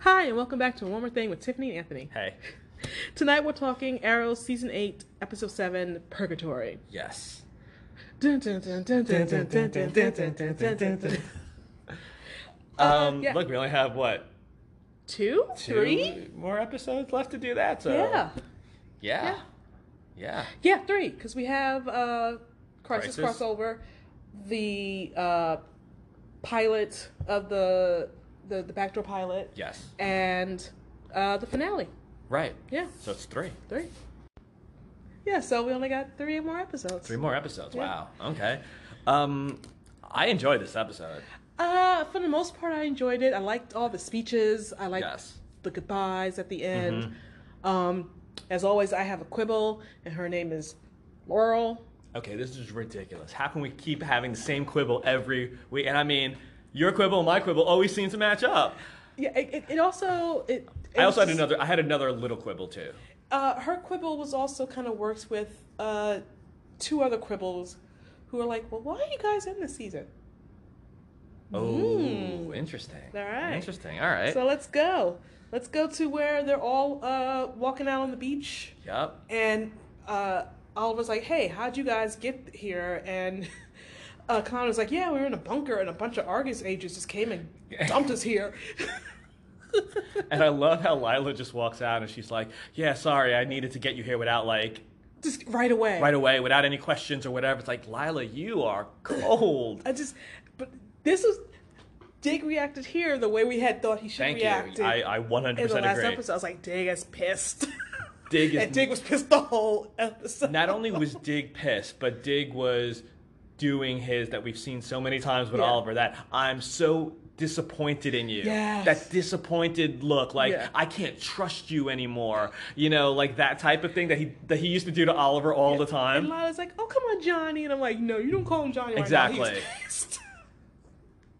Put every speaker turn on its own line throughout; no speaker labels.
Hi, and welcome back to One More Thing with Tiffany and Anthony.
Hey.
Tonight we're talking Arrow Season 8, Episode 7, Purgatory.
Yes.
Dun, dun, dun, dun, dun, dun, dun, dun, dun, dun, dun, dun, dun, dun.
Um,
Uh, yeah.
Look, we only have what
Two?
two
Three?
more episodes left to do that. So
Yeah.
yeah, yeah.
Yeah, three, because we have uh, Crisis,
Crisis.
Crossover, the uh, pilot of the, the, the backdoor pilot,
Yes.
and uh, the finale.
Right.
Yeah,
So it's three.
three. Yeah, so we only got three more episodes.
Three more episodes.
Yeah.
Wow. Okay. Um, I enjoyed this episode.
Uh, for the most part, I enjoyed it. I liked all the speeches. I liked
Yes. Mm-hmm.
the goodbyes at the end. Um, as always, I have a quibble, and her name is Laurel.
Okay, this is ridiculous. How can we keep having the same quibble every week? And I mean, your quibble and my quibble always seems to match up.
Yeah, it, it, it also it. it
I also had
was-
another. I had another little quibble too.
Uh, her quibble was also kind of works with uh, two other quibbles, who are like, "Well, why are you guys in this season?"
Oh,
Mm.
interesting.
All right.
Interesting. All right.
So let's go. Let's go to where they're all uh, walking out on the beach.
yep.
And uh, Oliver's like, hey, how'd you guys get here? And uh, Connor was like, yeah, we were in a bunker and a bunch of Argus agents just came and dumped us here.
And I love how Lila just walks out and she's like, "Yeah, sorry, I needed to get you here without like
just right away.
right away, without any questions or whatever." It's like, Lila, you are cold.
I just, but this was, Dig reacted here the way we had thought he should
Thank
react.
you. I, I 100%
in the last
agree.
episode, I was like, Dig is pissed.
Dig is-
and Dig was pissed the whole episode.
Not only was Dig pissed, but Dig was doing his that we've seen so many times with
Yeah.
Oliver that I'm so disappointed in you.
Yes.
That disappointed look, like
Yeah.
I can't trust you anymore. You know, like that type of thing that he that he used to do to Oliver all the
And
time.
Lila's like, oh, come on, Johnny. And I'm like, no, you don't call him Johnny right now. He's
Exactly.
pissed.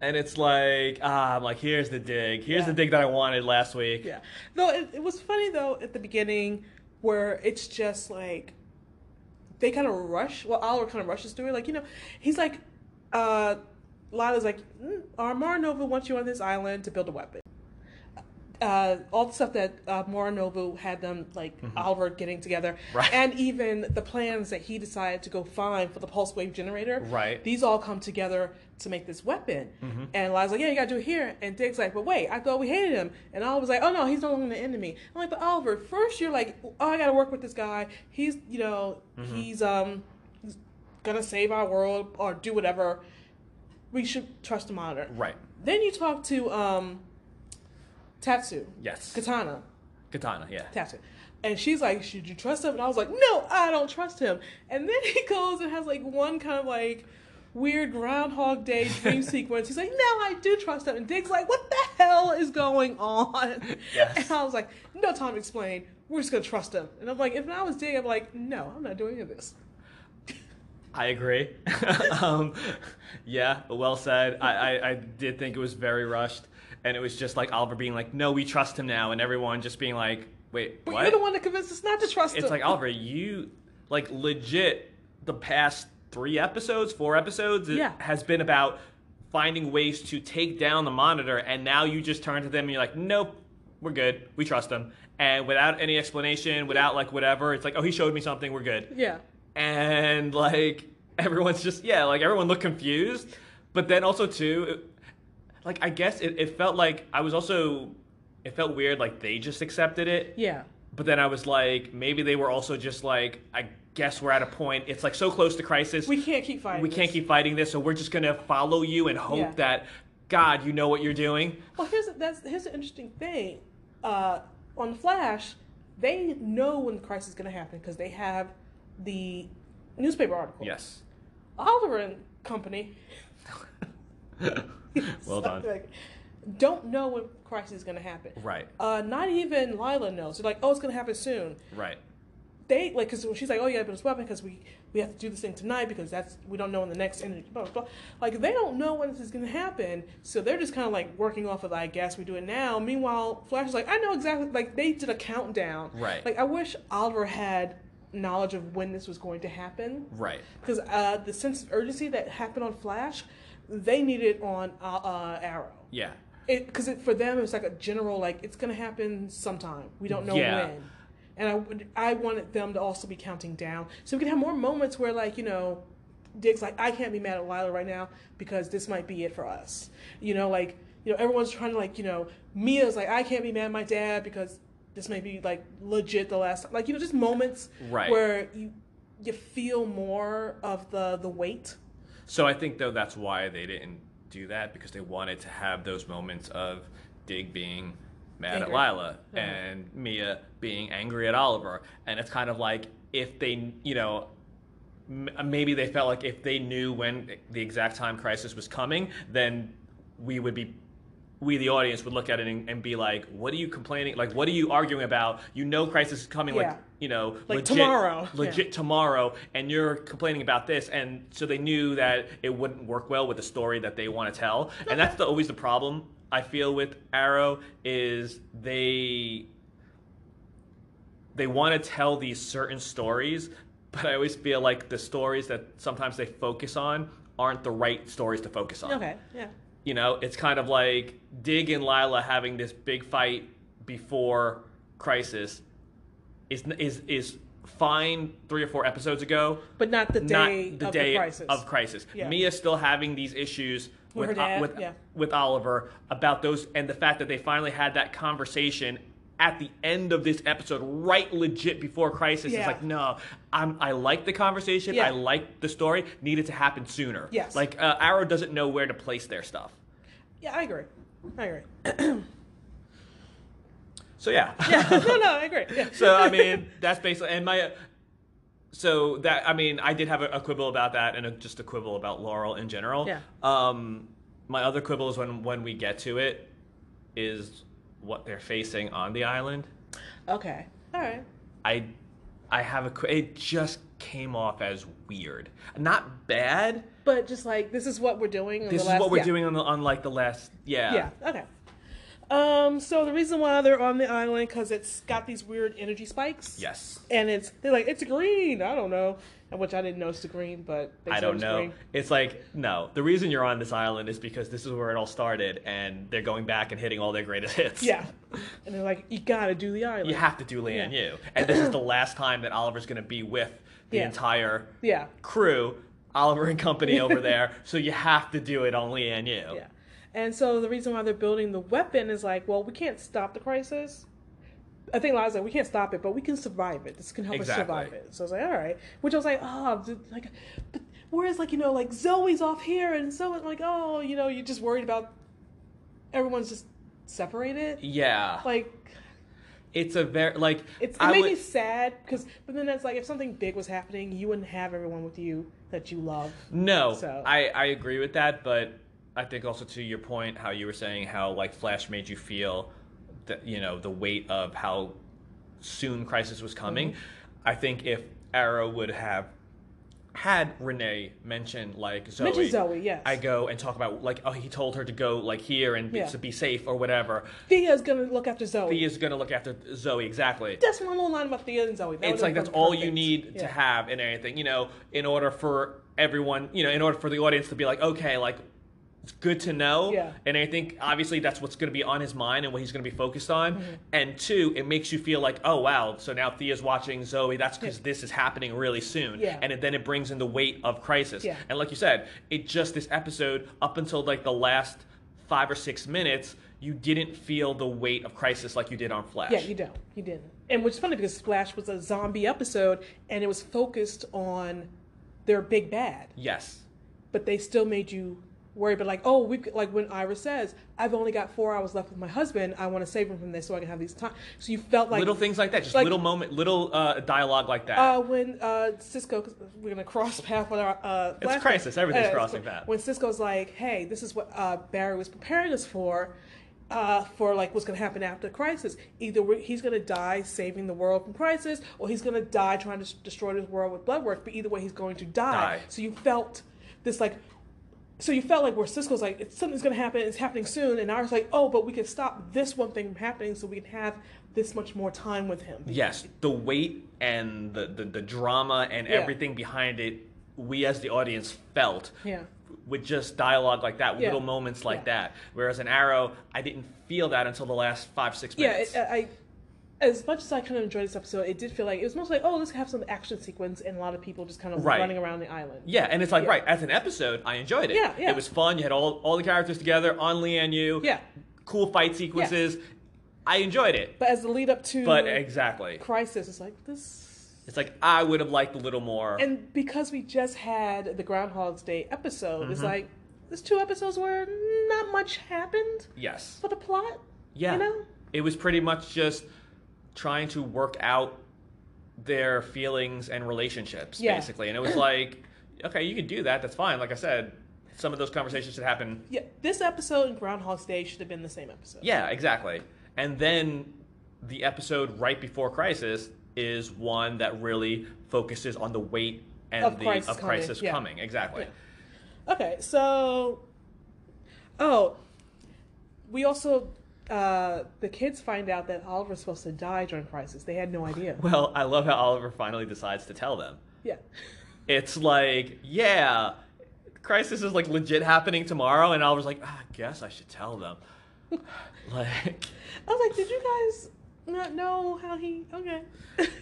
And it's like, ah, I'm like, here's the dig. Here's
Yeah.
the dig that I wanted last week.
Yeah. Though it, it was funny though at the beginning where it's just like they kind of rush. Well, Oliver kind of rushes through it. Like you know, he's like, uh, Lila's like, mm, our Maranova wants you on this island to build a weapon. Uh, all the stuff that uh, Moranovu had them like Oliver getting together,
Right.
and even the plans that he decided to go find for the pulse wave generator.
Right. Mm-hmm.
These all come together to make this weapon. And Lila's like, yeah, you gotta do it here. And Dick's like, but wait, I thought we hated him. And Oliver's like, oh no, he's no longer the enemy. I'm like, but Oliver, first you're like, oh, I gotta work with this guy. He's, you know,
Mm-hmm.
he's um he's gonna save our world or do whatever. We should trust the monitor.
Right.
Then you talk to um Tatsu.
Yes.
Katana.
Katana, yeah.
Tatsu. And she's like, Should you trust him? And I was like, No, I don't trust him. And then he goes and has like one kind of like weird Groundhog Day dream sequence. He's like, No, I do trust him. And Dig's like, What the hell is going on?
Yes.
And I was like, No time to explain. We're just going to trust him. And I'm like, If I was Dig, I'm like, No, I'm not doing any of this.
I agree. um, yeah, well said. I, I, I did think it was very rushed. And it was just like Oliver being like, no, we trust him now. And everyone just being like, wait,
But
what?
you're the one that convinced us not to trust him.
it's like, Oliver, you, like, legit, the past three episodes, four episodes, it
Yeah.
has been about finding ways to take down the monitor. And now you just turn to them and you're like, nope, we're good. We trust him. And without any explanation, without, like, whatever, it's like, oh, he showed me something. We're good
Yeah.
and like everyone's just yeah like everyone looked confused but then also too it, like i guess it, it felt like i was also it felt weird like they just accepted it
Yeah.
but then i was like maybe they were also just like i guess we're at a point it's like so close to crisis
We can't keep fighting.
we can't
this.
keep fighting this so we're just gonna follow you and hope
Yeah.
that god you know what you're doing
Well, here's that's here's an interesting thing. Uh, on the Flash, they know when the crisis is going to happen because they have the newspaper article.
yes
Oliver and company.
well done
like, Don't know when crisis is going to happen.
right
Uh, not even Lila knows. They're like, oh, it's going to happen soon.
right
They like because she's like, oh, you got to build this weapon because we we have to do this thing tonight because that's we don't know when the next energy. Blah, blah, blah. Like they don't know when this is going to happen, so they're just kind of like working off of I guess we do it now. Meanwhile, Flash is like, I know exactly. Like they did a countdown.
Right.
Like I wish Oliver had knowledge of when this was going to happen
right
because uh, the sense of urgency that happened on Flash, they needed on uh, uh, Arrow.
Yeah.
it because it, for them it's like a general like it's gonna happen sometime. We don't know
Yeah.
when. And I would I wanted them to also be counting down so we could have more moments where like you know. Dick's like, I can't be mad at Lila right now because this might be it for us. You know, like, you know, everyone's trying to like, you know, Mia's like, I can't be mad at my dad because this may be like legit the last time. Like, you know, just moments
Right.
where you you feel more of the the weight.
So I think though that's why they didn't do that because they wanted to have those moments of Dig being mad
Angry. Mm-hmm.
at Lila and Mia being angry at Oliver, and it's kind of like if they, you know. m- uh, Maybe they felt like if they knew when the exact time crisis was coming, then we would be, we the audience would look at it and, and be like, "What are you complaining? Like, what are you arguing about? You know, crisis is coming.
Yeah.
Like, you know,
Like
legit,
tomorrow.
legit
Yeah.
tomorrow and you're complaining about this and so they knew that it wouldn't work well with the story that they want to tell and that's the, always the problem i feel with arrow is they they want to tell these certain stories but i always feel like the stories that sometimes they focus on aren't the right stories to focus on
Okay. Yeah.
you know, it's kind of like Dig and Lila having this big fight before Crisis is is is fine three or four episodes ago,
But not the day
not the
of
day
the crisis.
of Crisis.
Yeah.
Mia's still having these issues
With
with
her dad,
with,
yeah.
with Oliver about those and the fact that they finally had that conversation at the end of this episode, right legit before Crisis.
Yeah.
It's like, no, I'm, I like the conversation.
Yeah.
I like the story. Needed to happen sooner.
Yes.
Like, uh, Arrow doesn't know where to place their stuff.
Yeah, I agree. I agree.
So yeah.
Yeah. no, no, I agree. Yeah.
so I mean, that's basically and my. So that I mean, I did have a, a quibble about that and a, just a quibble about Laurel in general.
Yeah.
Um, my other quibble is when when we get to it, is what they're facing on the island.
okay. All right.
I, I have a. qu- It just came off as weird, not bad.
But just like this is what we're doing. in
This
the last,
is what we're
yeah.
doing on the on like the last. Yeah.
Yeah. Okay. Um. So the reason why they're on the island because it's got these weird energy spikes.
Yes.
And it's they're like it's green. I don't know, and which I didn't know it's the green, but they
I
said it
don't
was
know.
green.
It's like no. The reason you're on this island is because this is where it all started, and they're going back and hitting all their greatest hits.
Yeah. And they're like, you gotta do the island.
you have to do Leanne
Yeah.
Yu, and this is the last time that Oliver's going to be with the
Yeah.
entire
Yeah.
crew, Oliver and company over there. So you have to do it on Leanne Yu.
Yeah. And so the reason why they're building the weapon is like, well, we can't stop the crisis. I think Lila's like, we can't stop it, but we can survive it. This can help
Exactly.
us survive it. So I was like, all right. Which I was like, oh, th- like, but whereas like you know, like Zoe's off here, and so like, oh, you know, you're just worried about everyone's just separated.
Yeah.
Like,
it's a very like
it's it
I
made
would-
me sad because, but then that's like, if something big was happening, you wouldn't have everyone with you that you love.
No,
So-
I, I agree with that, but I think also to your point, how you were saying how like Flash made you feel, that you know the weight of how soon Crisis was coming.
Mm-hmm.
I think if Arrow would have had Renee mention like Zoe,
Mention Zoe, yes.
I go and talk about like oh he told her to go like here and be-
Yeah.
to be safe or whatever.
Thea's gonna look after Zoe.
Thea's gonna look after Zoe exactly
that's one little line about Thea and Zoe. That would've
it's like
been
that's all you
perfect.
need
Yeah.
to have in anything you know in order for everyone you know in order for the audience to be like okay like it's good to know
Yeah.
and i think obviously that's what's going to be on his mind and what he's going to be focused on
Mm-hmm.
and two it makes you feel like oh wow so now thea's watching zoe that's because this is happening really soon
Yeah.
and it, then it brings in the weight of crisis
Yeah.
and like you said it just this episode up until like the last five or six minutes you didn't feel the weight of crisis like you did on flash
Yeah, you don't. You didn't. And which is funny because Splash was a zombie episode and it was focused on their big bad,
yes
but they still made you worry. But like, oh, we have like when Ira says, "I've only got four hours left with my husband. I want to save him from this so I can have these time." So you felt like
little things like that, just
like-
little moment, little uh, dialogue like that.
Uh, when uh, Cisco, we we're gonna cross path with our. Uh, flashback.
crisis. Everything's crossing
it's-
path.
When Cisco's like, "Hey, this is what uh, Barry was preparing us for, uh, for like what's gonna happen after crisis. Either we he's gonna die saving the world from crisis, or he's gonna die trying to s- destroy this world with blood work. But either way, he's going to die.
Die.
So you felt this like. So you felt like where Cisco's like it's, something's gonna happen, it's happening soon, and I was like, oh, but we can stop this one thing from happening, so we can have this much more time with him.
yes, the weight and the, the, the drama and
Yeah.
everything behind it, we as the audience felt
Yeah.
with just dialogue like that,
Yeah.
little moments like
Yeah.
that. Whereas in Arrow, I didn't feel that until the last five, six
yeah,
minutes.
it, uh, I as much as I kind of enjoyed this episode, it did feel like it was mostly like, oh, let's have some action sequence and a lot of people just kind of
Right.
running around the island.
Yeah, and it's like
Yeah.
right as an episode, I enjoyed it.
Yeah, yeah.
It was fun. You had all all the characters together on Lee and you.
Yeah.
Cool fight sequences. I enjoyed it.
But as the lead up to
But exactly,
Crisis, it's like this.
it's like I would have liked a little more.
And because we just had the Groundhog's Day episode,
Mm-hmm.
it's like there's two episodes where not much happened
yes.
for the plot.
Yeah.
You know?
It was pretty much just trying to work out their feelings and relationships
Yeah.
basically, and it was like, okay, you can do that. That's fine. Like I said, some of those conversations should happen
Yeah. This episode and Groundhog's Day should have been the same episode.
Yeah, exactly. And then the episode right before Crisis is one that really focuses on the weight and
Of
the
Crisis
of
coming,
Crisis
yeah.
coming. Exactly.
Yeah. Okay, so oh, we also uh, the kids find out that Oliver's supposed to die during Crisis. They had no idea.
Well, I love how Oliver finally decides to tell them.
Yeah,
It's like, yeah, Crisis is like legit happening tomorrow, and Oliver's like, "Ah, I guess I should tell them. like,
I was like, did you guys not know how he? Okay.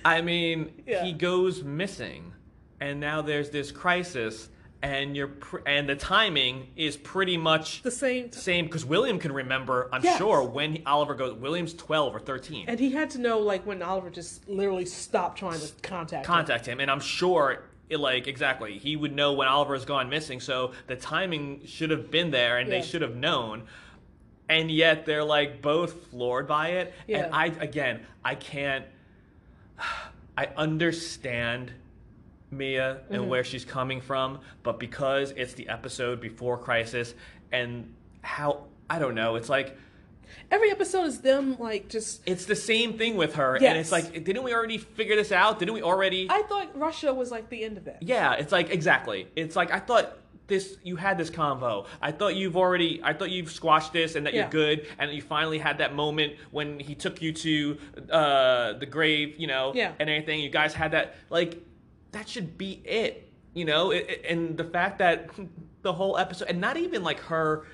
I mean,
Yeah.
he goes missing, and now there's this crisis, and you're pr- and the timing is pretty much
the same, t-
Same, because William can remember, I'm
Yes.
sure, when he- Oliver goes. William's 12 or 13.
and he had to know like when Oliver just literally stopped trying to contact. him.
contact him, and I'm sure, it, like, exactly, he would know when Oliver's gone missing, so the timing should have been there, and
Yeah.
they should have known. And yet they're, like, both floored by it.
Yeah.
And I, again, I can't. I understand Mia and
Mm-hmm.
where she's coming from, but because it's the episode before Crisis, and how, I don't know, it's like.
Every episode is them like just.
It's the same thing with her, and
Yes.
it's like, didn't we already figure this out? Didn't we already?
I thought Russia was like the end of it.
yeah, it's like exactly. It's like I thought this. You had this convo. I thought you've already. I thought you've squashed this, and that
Yeah.
you're good, and that you finally had that moment when he took you to uh, the grave, you know,
Yeah.
and everything. You guys had that. Like that should be it, you know. It, it- and the fact that the whole episode, and not even like her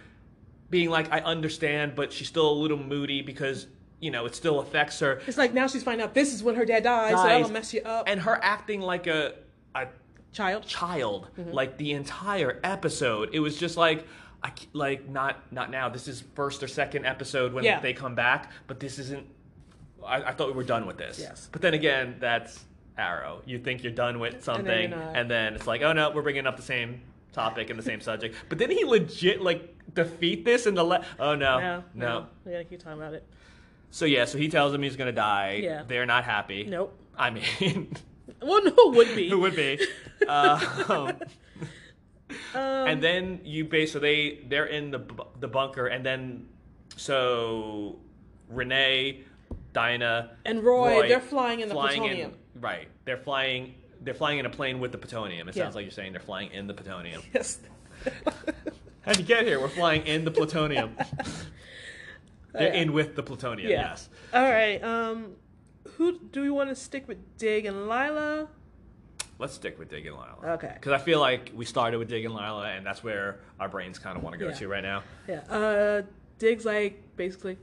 being like, I understand, but she's still a little moody because you know it still affects her.
It's like now she's finding out this is when her dad died, so
Guys,
that'll mess you up,
And her acting like a a
child.
child,
Mm-hmm.
like the entire episode. It was just like I c- like not not now. This is first or second episode when
Yeah.
they come back, but this isn't. I, I thought we were done with this.
Yes.
But then again, that's Arrow. You think you're done with something,
you're
and then,
not.
it's like, oh no, we're bringing up the same topic and the same subject. But then he legit like defeat this in the le- oh no
No,
no.
no, we gotta keep talking about it.
So yeah, so he tells him he's gonna die.
Yeah.
They're not happy.
Nope.
I mean.
Well, no, it would be.
It would be. Uh, um,
Um,
and then you base so they they're in the bu- the bunker, and then so Renee, Dinah,
And Roy, they're flying in the
flying
plutonium.
In, right, they're flying. They're flying in a plane with the plutonium. It
Yeah.
sounds like you're saying they're flying in the plutonium.
Yes.
How'd you get here? We're flying in the plutonium. they're in with the plutonium.
Oh, Yeah.
Yes.
All right. Um, who do we want to stick with? Dig and Lila.
Let's stick with Dig and Lila.
Okay.
Because I feel like we started with Dig and Lila, and that's where our brains kind of want to go
Yeah.
to right now.
Yeah. Uh, Dig's like basically,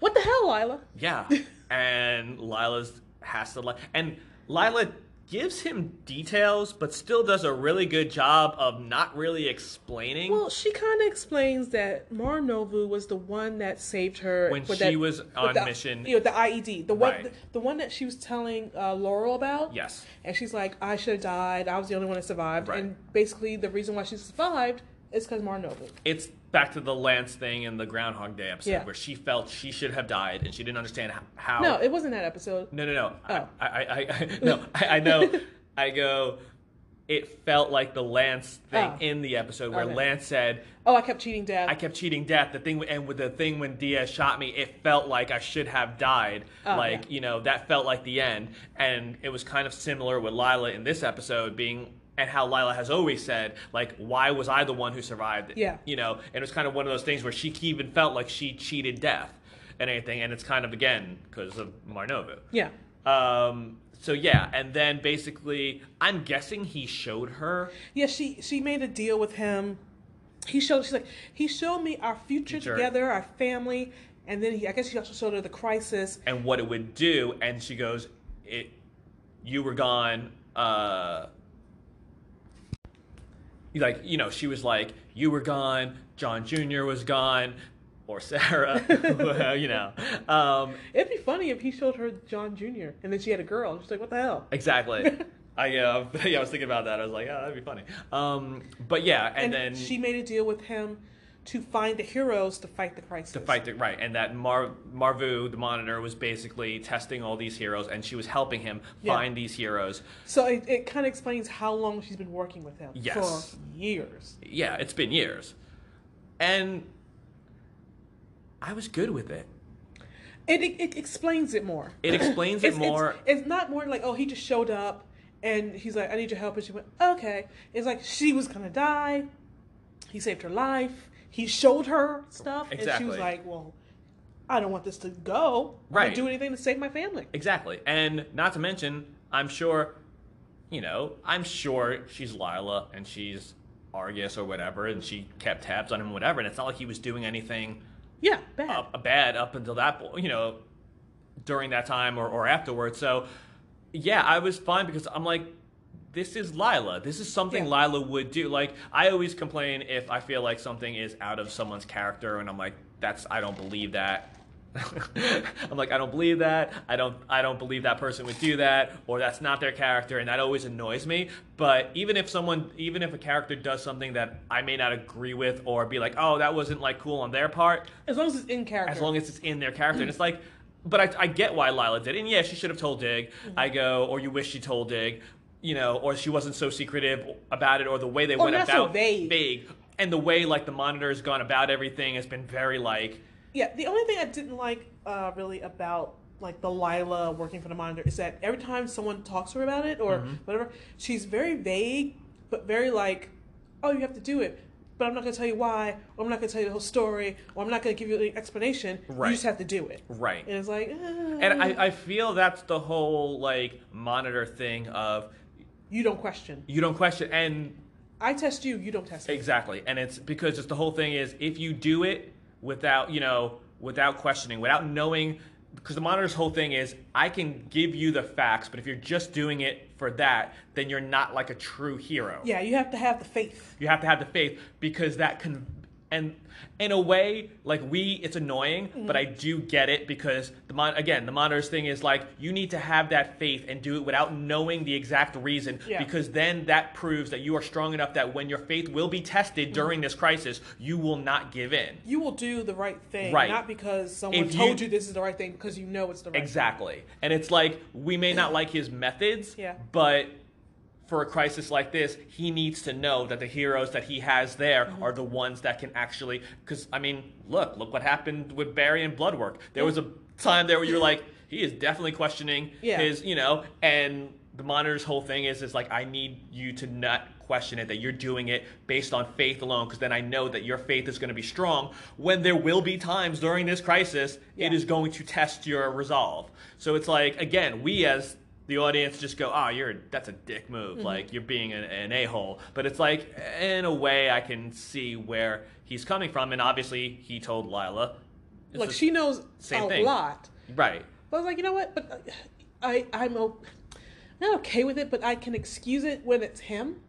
what the hell, Lila?
Yeah. and Lila's has to like and Lila gives him details but still does a really good job of not really explaining
Well, she kind of explains that Marnovu was the one that saved her
When
with
she
that-
was
with
on
the-
mission.
You know, the IED, the one,
Right.
the, one that she was telling uh, Laurel about.
Yes.
And she's like, I should have died. I was the only one that survived.
Right.
And basically, the reason why she survived is because Marnovu.
It's back to the Lance thing in the Groundhog Day episode
Yeah.
where she felt she should have died and she didn't understand h- how
No, it wasn't that episode.
No, no, no.
Oh.
I, I, I, I no. I, I know. I go. It felt like the Lance thing
Oh.
in the episode where
Okay.
Lance said,
Oh, I kept cheating, Dad.
"I kept cheating death." The thing, and with the thing when Diaz shot me, it felt like I should have died.
Oh,
like
yeah.
you know, that felt like the end. And it was kind of similar with Lila in this episode being. And how Lila has always said, like, why was I the one who survived? it?
Yeah.
You know, and it was kind of one of those things where she even felt like she cheated death and anything. And it's kind of, again, because of Marnovu.
yeah.
Um, so yeah, and then basically, I'm guessing he showed her.
Yeah, she she made a deal with him he showed she's like he showed me our future,
Future.
together our family and then he i guess he also showed her the crisis
and what it would do. And she goes, "It, you were gone." Uh, you like you know, she was like, "You were gone." John Jr. was gone, or Sarah, well, you know, um,
it'd be funny if he showed her john jr and then she had a girl and she's like what the hell
exactly. I uh, yeah, I was thinking about that. I was like, "Oh, that'd be funny." Um, but yeah, and, then
she made a deal with him to find the heroes to fight the crisis
to fight the right, and that Mar Marvu, the monitor, was basically testing all these heroes, and she was helping him
Yeah.
find these heroes.
so it, it kind of explains how long she's been working with him
Yes.
for years
yeah, it's been years. And I was good with it.
it, it, it explains it more
It explains it
it's, it's-
more.
It's, not more like, oh, he just showed up and he's like, I need your help. And she went, okay. It's like she was going to die. He saved her life. He showed her stuff. And she
Exactly.
was like, well, I don't want this to go. I'm gonna
Right.
do anything to save my family.
exactly. And not to mention, I'm sure, you know, I'm sure she's Lila and she's Argus or whatever, and she kept tabs on him, whatever. And it's not like he was doing anything
Yeah, bad.
up, bad up until that point, you know, during that time or, or afterwards. So, yeah, I was fine because I'm like, this is Lila. This is something
Yeah.
Lila would do. Like, I always complain if I feel like something is out of someone's character, and I'm like, that's I don't believe that. I'm like, I don't believe that. I don't I don't believe that person would do that, or that's not their character, and that always annoys me. But even if someone even if a character does something that I may not agree with or be like, oh, that wasn't like cool on their part,
as long as it's in character.
as long as it's in their character. And it's like, but I, I get why Lila did it. And yeah, she should have told Dig.
Mm-hmm.
I go, or you wish she told Dig, you know, or she wasn't so secretive about it, or the way they went
not so
about
vague.
and the way like the monitor has gone about everything has been very like,
yeah, the only thing I didn't like uh, really about like the Lila working for the monitor is that every time someone talks to her about it or
Mm-hmm.
whatever, she's very vague, but very like, oh, you have to do it, but I'm not going to tell you why, or I'm not going to tell you the whole story, or I'm not going to give you any explanation.
Right.
You just have to do it.
right.
And it's like, uh,
And I, I feel that's the whole like monitor thing of
you don't question.
you don't question and
I test you, you don't test me.
Exactly, and it's because it's the whole thing is if you do it without you know without questioning, without knowing, because the monitor's whole thing is I can give you the facts, but if you're just doing it for that, then you're not like a true hero.
Yeah, you have to have the faith.
You have to have the faith because that can. And in a way, like we, it's annoying, but I do get it because the mon- again, the monitor's thing is like you need to have that faith and do it without knowing the exact reason,
Yeah.
because then that proves that you are strong enough that when your faith will be tested during this crisis, you will not give in.
You will do the right thing,
Right.
not because someone
If you-
told you this is the right thing, because you know it's the right thing.
Exactly. And it's like we may not like his methods,
Yeah.
but for a crisis like this, he needs to know that the heroes that he has there
Mm-hmm.
are the ones that can actually cuz I mean, look, look what happened with Barry and Bloodwork. There was a time there where you were like he is definitely questioning
Mm-hmm. Yeah.
his, you know, and the monitor's whole thing is is like I need you to not question it that you're doing it based on faith alone because then I know that your faith is going to be strong when there will be times during this crisis
Yeah.
it is going to test your resolve. So it's like again, we as the audience just go, "Ah, you're that's a dick move.
Mm-hmm.
Like you're being an, an a hole." But it's like in a way, I can see where he's coming from, and obviously he told Lila, it's
Like
the-
she knows
same
a
thing.
lot.
right,
But I was like, you know what? But uh, I, I'm o- not okay with it, but I can excuse it when it's him.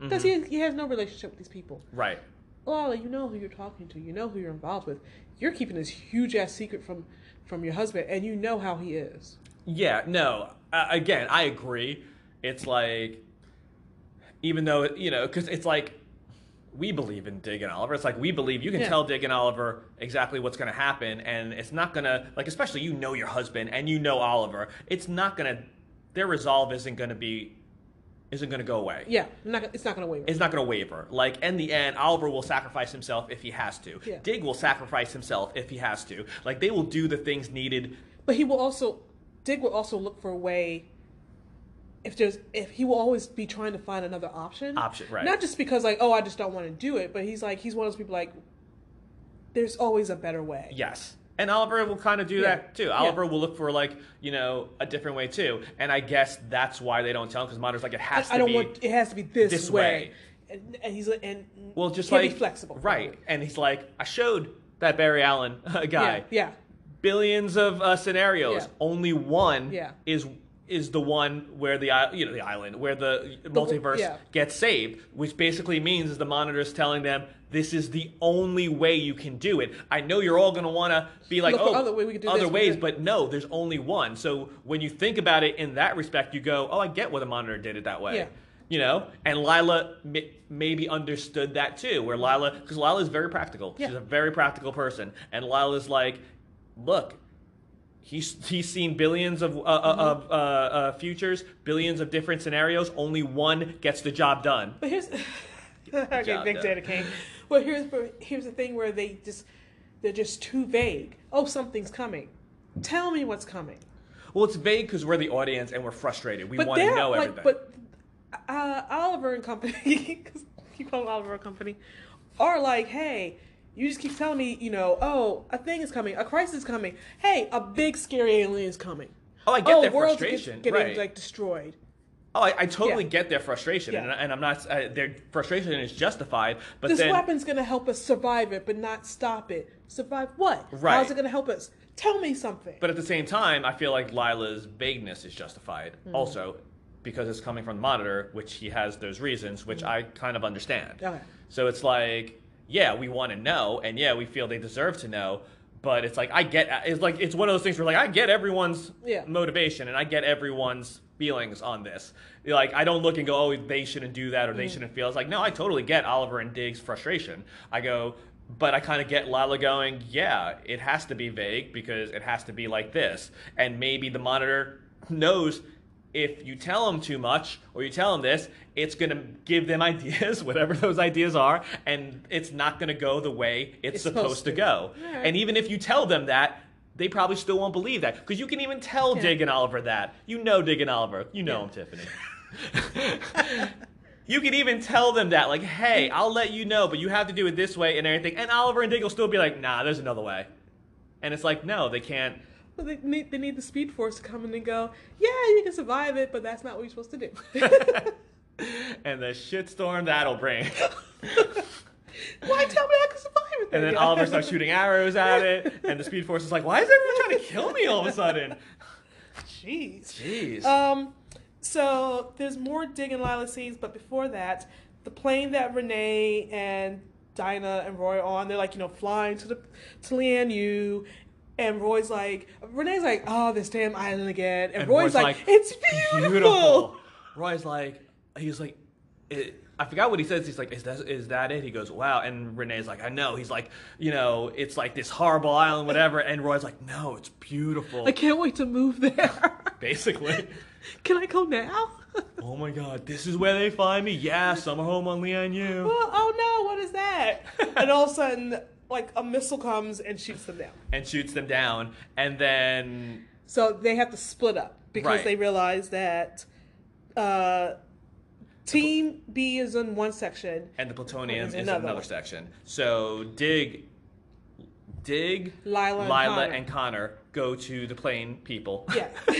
Because
Mm-hmm.
he, he has no relationship with these people.
right,
Lala, you know who you're talking to. You know who you're involved with. You're keeping this huge ass secret from, from your husband, and you know how he is.
yeah, no, uh, again, I agree. It's like even though you know, because it's like we believe in Dig and Oliver. It's like we believe you can
Yeah.
tell Dig and Oliver exactly what's going to happen, and it's not going to like especially you know your husband and you know Oliver. It's not going to their resolve isn't going to be isn't going to go away.
Yeah, I'm not, gonna- it's not going to waver.
It's not going to waver. Like in the end, Oliver will sacrifice himself if he has to.
Yeah.
Dig will sacrifice himself if he has to. Like they will do the things needed.
But he will also, Dig will also look for a way. If there's, if he will always be trying to find another option.
Option, right.
Not just because like, oh, I just don't want to do it, but he's like, he's one of those people like, there's always a better way.
Yes. And Oliver will kind of do
Yeah.
that too.
Yeah.
Oliver will look for like you know a different way too. And I guess that's why they don't tell him because Monitor's like it has
I,
to
don't
be
want it has to be this,
this
way.
way.
and, and he's like, and
Well, just
can
like
be flexible,
right? And he's like, I showed that Barry Allen uh, guy
Yeah, yeah,
billions of uh, scenarios.
Yeah.
Only one
Yeah.
is is the one where the i- you know the island where the multiverse
yeah.
gets saved, which basically means is the monitor's telling them this is the only way you can do it. I know you're all gonna wanna be like,
Look for
oh,
other way we could do
other
this, we
ways,
could-
but no, there's only one. So when you think about it in that respect, you go, oh, I get why the monitor did it that way.
Yeah.
You know, and Lila m- maybe understood that too, where Lila, because Lila is very practical.
Yeah.
She's a very practical person, and Lila's like, look, He's, he's seen billions of, uh, uh of uh, uh, futures, billions of different scenarios. Only one gets the job done.
But here's okay,
job
big
done.
data king. Well, here's here's the thing where they just they're just too vague. Oh, something's coming. Tell me what's coming.
Well, it's vague because we're the audience and we're frustrated. We
But
want to
they're
know
like,
everything.
but uh, Oliver and company, 'cause you call them Oliver and company, are like, hey, you just keep telling me, you know, oh, a thing is coming, a crisis is coming. Hey, a big scary alien is coming.
Oh, I get their
world's
frustration,
getting
right.
like destroyed.
oh, I, I totally
yeah.
get their frustration,
Yeah.
and, I- and I'm not. Uh, their frustration is justified. But
this
then,
weapon's gonna help us survive it, but not stop it. Survive what?
Right.
How's it gonna help us? Tell me something.
but at the same time, I feel like Lila's vagueness is justified
Mm.
also because it's coming from the monitor, which he has those reasons, which I kind of understand.
Mm. Okay.
So it's like, yeah, we want to know, and yeah, we feel they deserve to know, but it's like I get it's like it's one of those things where like I get everyone's
Yeah.
motivation and I get everyone's feelings on this. Like I don't look and go, oh, they shouldn't do that or they shouldn't feel. It's like no, I totally get Oliver and Diggs' frustration. I go. But I kind of get Lila going, yeah, it has to be vague because it has to be like this. And maybe the monitor knows if you tell them too much or you tell them this, it's going to give them ideas, whatever those ideas are, and it's not going to go the way it's,
It's
supposed
supposed
to,
to.
go.
Alright.
And even if you tell them that, they probably still won't believe that because you can even tell
Yeah.
Dig and Oliver that. You know Dig and Oliver. You know
Yeah.
him, Tiffany. you can even tell them that, like, hey, I'll let you know, but you have to do it this way and everything. And Oliver and Dig will still be like, nah, there's another way. And it's like, no, they can't.
Well, they need they need the Speed Force to come in and go. Yeah, you can survive it, but that's not what you're supposed to do.
and the shitstorm that'll bring.
Why tell me I can survive it?
And then
Yeah.
Oliver starts shooting arrows at it, and the Speed Force is like, "Why is everyone trying to kill me all of a sudden?"
Jeez.
Jeez.
Um, so there's more Dig and Lila scenes, but before that, the plane that Renee and Dinah and Roy are on, they're like, you know, flying to the to Leanne U. And Roy's like, Renee's like, oh, this damn island again. And,
And
Roy's,
Roy's
like,
like,
it's beautiful.
Roy's like, he's like, it, I forgot what he says. He's like, "Is that is that it?" He goes, "Wow." And Renee's like, "I know." He's like, you know, it's like this horrible island, whatever. And Roy's like, "No, it's beautiful."
I can't wait to move there.
Basically.
Can I go now?
oh my God, this is where they find me. Yeah, summer home on Leanne
Well,
U.
oh no, what is that? and all of a sudden, like a missile comes and shoots them down.
And shoots them down, and then
So they have to split up because
Right.
they realize that uh, Team B is in one section.
and the plutonium is
Is
another,
another one.
section. So dig, dig,
Lila and Connor.
and Connor go to the plane people.
Yeah.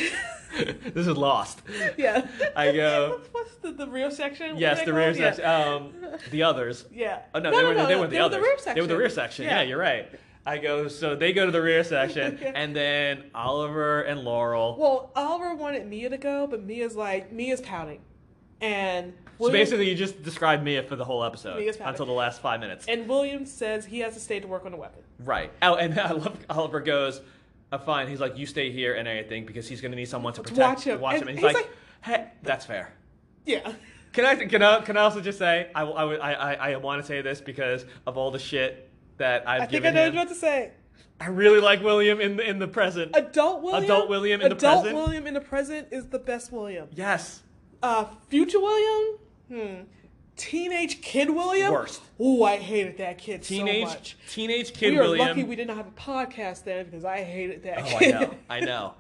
this is lost.
yeah.
I go-
What's the, the rear section? What
Yes,
are they
the rear
called? Yeah.
section. Um, the others.
Yeah.
Oh no, they were they were the others.
rear section.
They were the rear section. Yeah, you're right. I go. So they go to the rear section,
Yeah.
and then Oliver and Laurel.
Well, Oliver wanted Mia to go, but Mia's like Mia's pouting, and
so
William-
basically, you just described Mia for the whole episode
Mia's pattern.
until the last five minutes.
and William says he has to stay to work on a weapon.
Right. Oh, and I love Oliver goes, I'm fine. He's like, you stay here and everything because he's going to need someone to
To
protect.
watch him.
Watch him.
And
And he's,
he's
like, hey, that's fair.
Yeah.
Can I, can I, can I also just say, I, I, I, I- I want to say this because of all the shit that I've
I think I
given
know what
him.
you're about to say.
I really like William in the, in the present.
Adult William.
Adult William in the
Adult
present?
William in the present is the best William.
yes.
Uh, future William. Hmm. Teenage kid William.
Worst.
Ooh, I hated that kid
Teenage,
so much.
teenage kid
we are
William.
lucky we did not have a podcast then because I hated that.
oh, I
kid.
know. I know.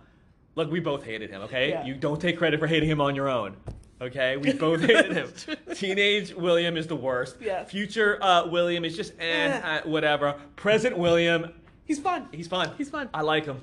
Look, we both hated him, okay?
Yeah.
You don't take credit for hating him on your own. Okay? We both hated him.
That's true.
Teenage William is the worst.
Yes.
Future uh, William is just eh,
Eh.
uh, whatever. Present William,
He's fun.
he's fun.
He's fun.
I like him.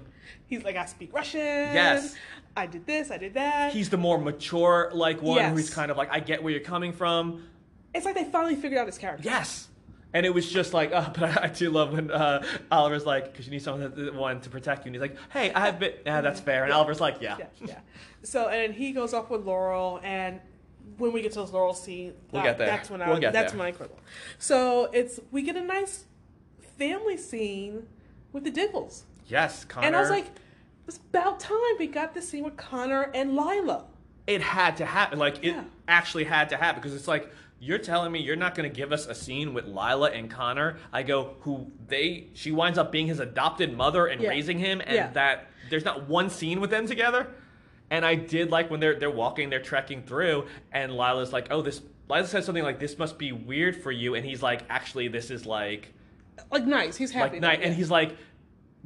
He's like I speak Russian.
Yes.
I did this. I did that.
He's the more mature like one
Yes.
who's kind of like I get where you're coming from.
It's like they finally figured out his character.
Yes. And it was just like, oh, but I, I do love when uh, Oliver's like, because you need someone that, one to protect you, and he's like, hey, I've been, yeah, that's fair. And Oliver's like, yeah.
yeah, yeah. So and he goes off with Laurel, and when we get to this Laurel scene,
We'll get there.
that's when I
We'll get
that's
there.
when I quibble. So it's we get a nice family scene with the Diggles,
Yes, Connor.
and I was like, it's about time we got this scene with Connor and Lila.
it had to happen. Like it
Yeah.
actually had to happen because it's like you're telling me you're not going to give us a scene with Lila and Connor. I go who they she winds up being his adopted mother and
Yeah.
raising him, and
Yeah.
that there's not one scene with them together. And I did like when they're they're walking, they're trekking through, and Lila's like, oh this. Lila says something like, "This must be weird for you," and he's like, "Actually, this is like."
Like nice, he's happy.
like
about
night,
it.
and he's like,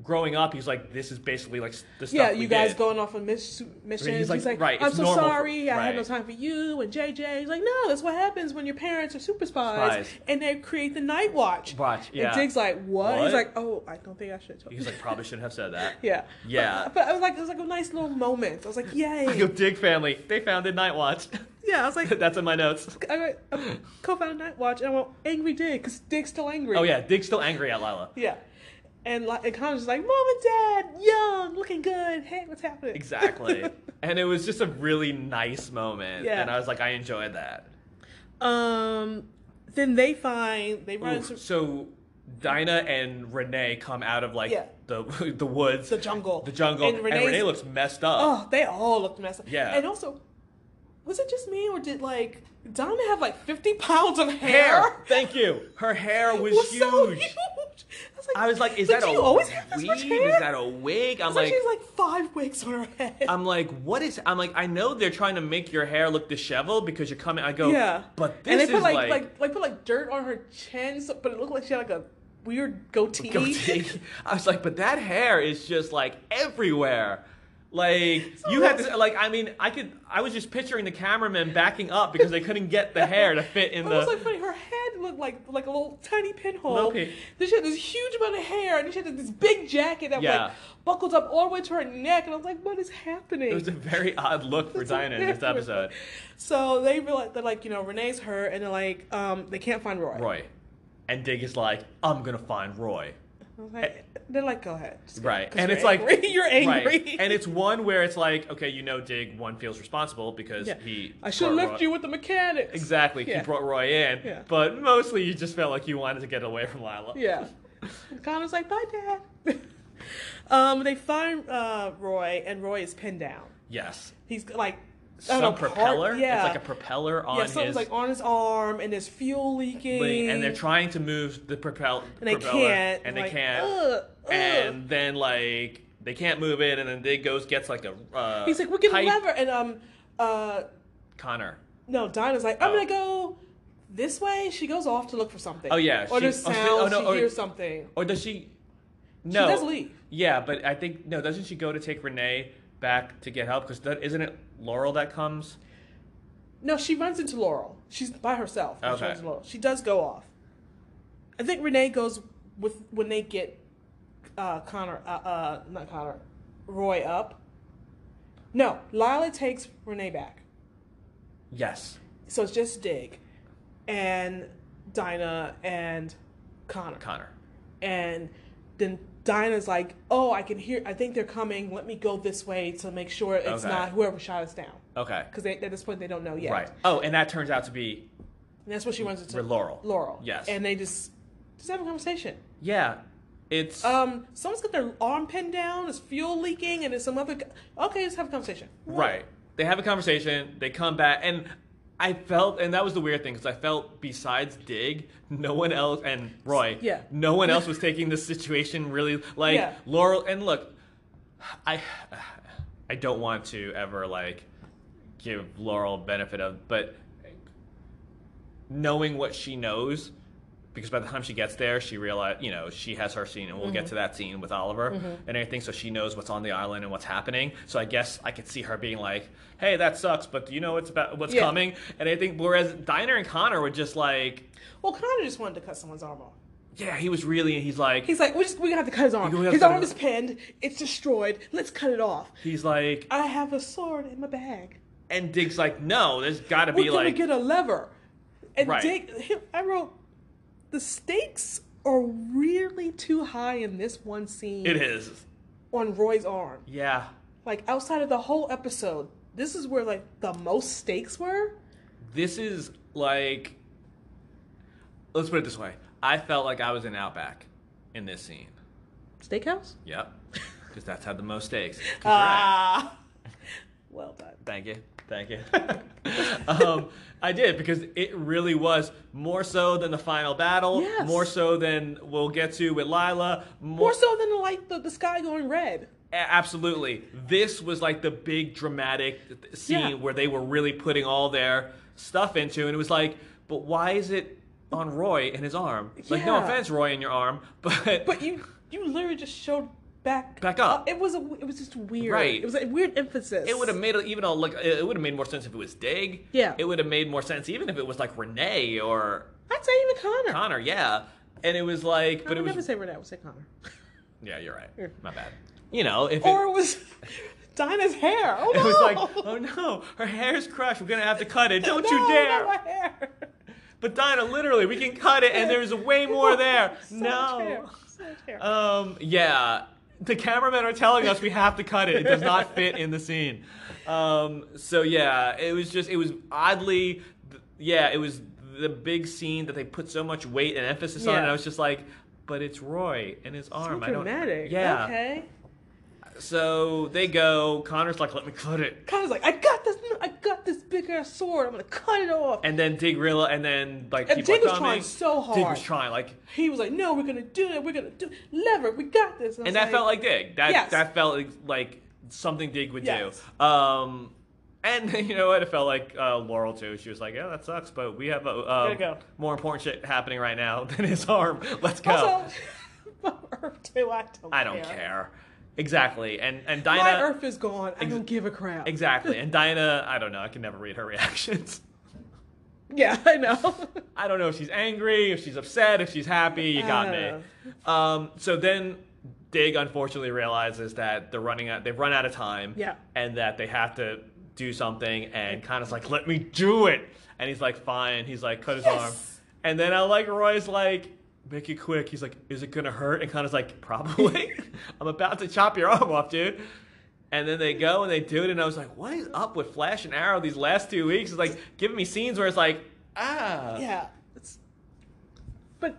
growing up, he's like, this is basically like s- the stuff.
yeah,
we
you guys
did.
going off on miss- missions.
he's
He's
like,
like,
right,
I'm
it's
so
normal for-
sorry, I had no
right.
time for you and JJ. He's like, no, that's what happens when your parents are super spies,
Spies.
and they create the night watch.
Watch, yeah.
And Dig's like, what?
What?
He's like, oh, I don't think I should. Talk.
He's like, probably shouldn't have said that.
yeah,
Yeah.
But, but I was like, it was like a nice little moment. I was like,
Yo,
yay.
Dig family, they founded Night Watch.
yeah, I was like,
That's in my notes.
I went, I co-founded Night Watch, and I went angry Dig because Dig's still angry.
Oh yeah, Dig's still angry at Lila.
yeah. And like, and Connor's just like, mom and dad, young, looking good. Hey, what's happening?
Exactly. and it was just a really nice moment.
Yeah.
And I was like, I enjoyed that.
Um, then they find they run
Oof,
into
so Dinah and Renee come out of like
Yeah.
the the woods,
the jungle.
the jungle, and,
and Renee's,
Renee looks messed up.
Oh, they all looked messed up.
Yeah.
and also, was it just me or did like Donna have like fifty pounds of hair?
hair. Thank you. Her hair
It
was,
so
huge.
huge. I was like,
I was like, is
"But
that
do
a
you always have this
wig?
much hair?
Is that a wig? I'm
It's like,
like,
she has like five wigs on her head.
I'm like, what is? I'm like, I know they're trying to make your hair look disheveled because you're coming. I go,
yeah,
But this
and they
is
put like, like like put like dirt on her chin, so, but it looked like she had like a weird goatee.
goatee. I was like, but that hair is just like everywhere. Like
So
you had
that's-
to like I mean I could I was just picturing the cameraman backing up because they couldn't get the hair to fit in
But it was like
the
funny. Her head looked like like a little tiny
Little
pinhole.
pin.
Then she had this huge amount of hair, and then she had this big jacket that
Yeah.
like buckled up all the way to her neck. And I was like, "What is happening?"
It was a very odd look for
It's a
Dinah in this
very-
episode.
So they realize they're like, you know, Renee's hurt, and they're like, um, they can't find Roy.
Roy. And Dig is like, I'm gonna find Roy.
I was like, eh, they're like, "Go ahead." Just go-
Right.
'cause
And
you're
it's
angry.
like
you're angry.
Right. And it's one where it's like, okay, you know Dig one feels responsible because
Yeah.
he
I should have
brought
left
Roy-
you with the mechanics.
Exactly. He
Yeah.
brought Roy in.
Yeah.
But mostly you just felt like you wanted to get away from Lila.
Yeah. And Connor's like, "Bye, Dad." um, they find uh, Roy, and Roy is pinned down.
Yes.
He's like I
Some
don't know, part-
propeller.
yeah.
It's like a propeller on
yeah, something's
his
like on his arm, and there's fuel leaking,
wing, and they're trying to move the propel
and they
propeller,
can't,
and they
like,
can't.
Ugh, ugh.
And then like they can't move it, and then Dig goes gets like a. Uh,
he's like, "We can
pipe-
lever," and um, uh,
Connor.
no, Dinah's like, "I'm
Oh.
gonna go this way." She goes off to look for something.
Oh, yeah,
or
she-
there's
oh, she-
sounds.
oh, no,
she
or-
hears something.
Or does she? No.
does leave.
Yeah, but I think no. Doesn't she go to take Renee back to get help? Because that isn't it Laurel that comes.
No, she runs into Laurel. She's by herself. when She,
Okay.
runs into Laurel. she does go off. I think Renee goes with when they get uh, Connor, uh, uh, not Connor, Roy up. No, Lila takes Renee back.
Yes.
So it's just Dig and Dinah and Connor.
Connor.
And then Dinah's like, oh, I can hear, I think they're coming. Let me go this way to make sure it's
Okay.
not whoever shot us down.
Okay.
Because at this point, they don't know yet.
Right. Oh, and that turns out to be
And that's what she runs into.
With Laurel.
Laurel.
Yes.
And they just just have a conversation.
yeah. It's
Um, someone's got their arm pinned down. There's fuel leaking, and there's some other. gu- Okay, just have a conversation.
right. They have a conversation. They come back, and I felt, and that was the weird thing because I felt besides Dig, no one else, and Roy,
Yeah.
no one else was taking this situation really like
Yeah.
Laurel. And look, I, I don't want to ever like give Laurel benefit of, but knowing what she knows because by the time she gets there she realize you know she has her scene and we'll
Mm-hmm.
get to that scene with oliver and everything so she knows what's on the island and what's happening so i guess i could see her being like hey that sucks but do you know what's about what's
Yeah.
coming and i think whereas diner and connor were just like
Well, Connor just wanted to cut someone's arm off.
yeah he was really he's like he's,
He's like, we're just we're gonna have to cut his arm.
You're gonna have
His
to cut
arm
it
is pinned. It's destroyed. Let's cut it off.
like
I have a sword in my bag.
and dig's like no there's gotta
We're
be
gonna
like
get a lever. And
Right.
Dick, I wrote, the stakes are really too high in this one scene
It is.
on Roy's arm.
Yeah.
Like outside of the whole episode, this is where like the most stakes were.
This is like. Let's put it this way. I felt like I was in Outback in this scene.
Steakhouse.
Yep. Because that's how the most stakes. 'Cause you're right.
Ah, well done.
Thank you. Thank you. um, I did because it really was more so than the final battle,
Yes.
more so than we'll get to with Lila, more,
More so than like the, the sky going red.
A- absolutely. This was like the big dramatic th- th- scene
Yeah.
where they were really putting all their stuff into, and it was like, but why is it on Roy and his arm? Like, no
Yeah.
offense, Roy, in your arm, but
But you you literally just showed back
Back up.
it was a, it was just weird.
Right.
It was a weird emphasis.
It would have made a- even a, like it would have made more sense if it was Dig.
Yeah.
It would have made more sense even if it was like Renee or
I'd say even Connor.
Connor. Yeah. And it was like,
I
but
would
it was
never say Renee. I would say Connor.
yeah, you're right.
Yeah.
My bad. You know, if
Or
it,
it was Dinah's hair. Oh no!
it was like, oh no, her hair's crushed. We're gonna have to cut it. Don't you
No,
dare!
not my hair.
But Dinah, literally, we can cut it, and there's way more there.
So
no.
Much hair. So much hair.
Um, yeah. The cameramen are telling us we have to cut it. It does not fit in the scene. Um, so yeah, it was just it was oddly th- yeah, it was the big scene that they put so much weight and emphasis on
Yeah.
and I was just like, but it's Roy and his
so
arm. I don't
dramatic.
Yeah.
Okay.
So they go, Connor's like, "Let me cut it."
Connor's like, I got this. I got this big ass sword. I'm gonna cut it off.
And then Dig real and then like
And
people
Dig
are
was trying
coming.
so
Dig was
hard.
trying like
he was like, No, we're gonna do it. We're gonna do lever. We got this.
and
I
that
was
felt like Dig. That
Yes.
that felt like something Dig would
Yes.
do. Um, and you know what? It felt like uh, Laurel too. She was like, "Yeah, that sucks, but we have a, uh,
Gotta go.
more important shit happening right now than his arm. Let's go."
Also, Earth too. I don't.
I don't care. Exactly. And and
My
Dinah.
Earth is gone. I
Ex-
don't give a crap.
Exactly. And Dinah. I don't know. I can never read her reactions.
Yeah, I know.
I don't know if she's angry, if she's upset, if she's happy. You got
Uh.
me. Um, so then Dig unfortunately realizes that they're running out. They've run out of time.
Yeah.
And that they have to do something. And Connor's like, "Let me do it." And he's like, "Fine." He's like, cut his
Yes.
arm. And then I like Roy's like, "Make it quick." He's like, "Is it gonna hurt?" And Connor's like, "Probably." I'm about to chop your arm off, dude. And then they go and they do it, and I was like, "What is up with Flash and Arrow these last two weeks?" It's like giving me scenes where it's like, ah,
yeah. It's, but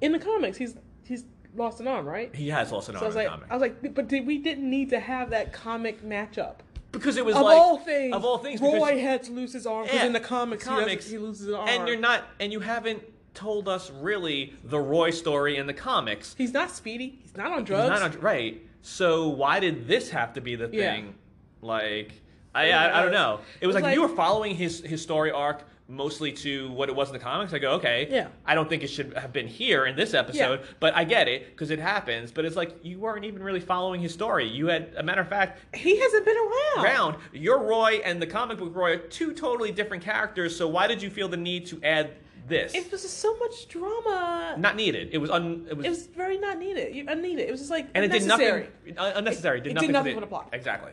in the comics, he's he's lost an arm, right?
He has lost an arm
So I was
in the
like,
comic.
I was like, but did, we didn't need to have that comic matchup.
because it was
Of
like
all things,
of all things because-
Roy had to lose his arm because
Yeah,
in the comics,
comics.
he, doesn't- he loses his arm.
and you're not and you haven't told us really the Roy story in the comics.
He's not speedy. He's not on
He's
drugs.
not on- right. So why did this have to be the
Yeah.
thing? Like I, I I don't know. It
It was
was, like, if you
like-
were following his his story arc mostly to what it was in the comics. I go okay.
Yeah.
I don't think it should have been here in this episode, but I get it because it happens. But it's like you weren't even really following his story. You had a matter of fact
he hasn't been around.
round. Your Roy and the comic book Roy are two totally different characters, so why did you feel the need to add this?
It was just so much drama.
Not needed. It was un. It was,
It was very not needed. You unneeded. It was just like
and it did nothing.
unnecessary.
un- Unnecessary. Did
it did
nothing,
nothing
to
for the plot.
Exactly.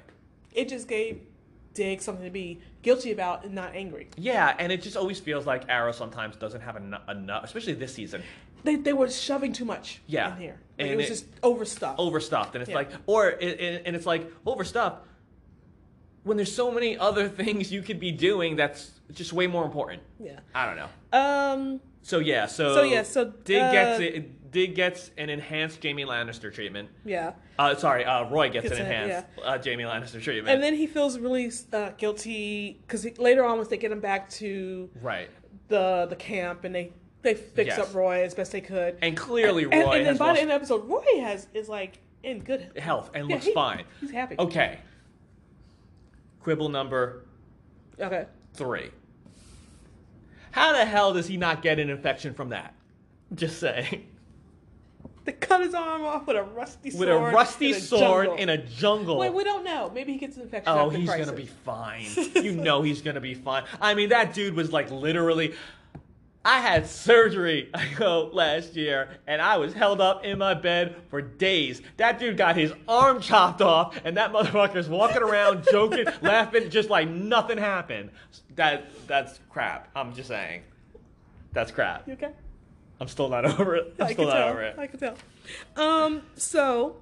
It just gave Dig something to be guilty about and not angry.
Yeah, and it just always feels like Arrow sometimes doesn't have enough, enough especially this season,
They, they were shoving too much
Yeah.
in here. Like,
And
it was
it- Oh.
just overstuffed.
overstuffed, and it's
Yeah.
like, or it, it- and it's like overstuffed. When there's so many other things you could be doing, that's just way more important.
yeah.
I don't know.
Um.
So yeah, so
So, yeah, so,
Dig
uh,
gets it, Dig gets an enhanced Jamie Lannister treatment.
Yeah.
Uh, sorry, uh, Roy gets an
Gets it,
enhanced uh, Jamie Lannister treatment.
And then he feels really uh, guilty because later on, once they get him back to
right,
the the camp and they they fix
Yes.
up Roy as best they could.
and clearly
and,
Roy
and then
has
by
lost
the end of the episode, Roy has is like in good
health and
Yeah,
looks
he-
fine.
He's happy.
Okay. Quibble number
Okay.
three. How the hell does he not get an infection from that? Just saying.
They cut his arm off with a rusty sword.
With a rusty
in a
sword
jungle.
in a jungle.
Wait, we don't know. Maybe he gets an infection.
Oh,
after
he's
crisis.
gonna be fine. You know he's gonna be fine. I mean, that dude was like literally. I had surgery I go last year, and I was held up in my bed for days. That dude got his arm chopped off, and that motherfucker's walking around joking, laughing, just like nothing happened. That that's crap. I'm just saying. That's crap.
You okay?
I'm still not over it. I'm
I
still
can
not
tell.
over it.
I can tell. Um, so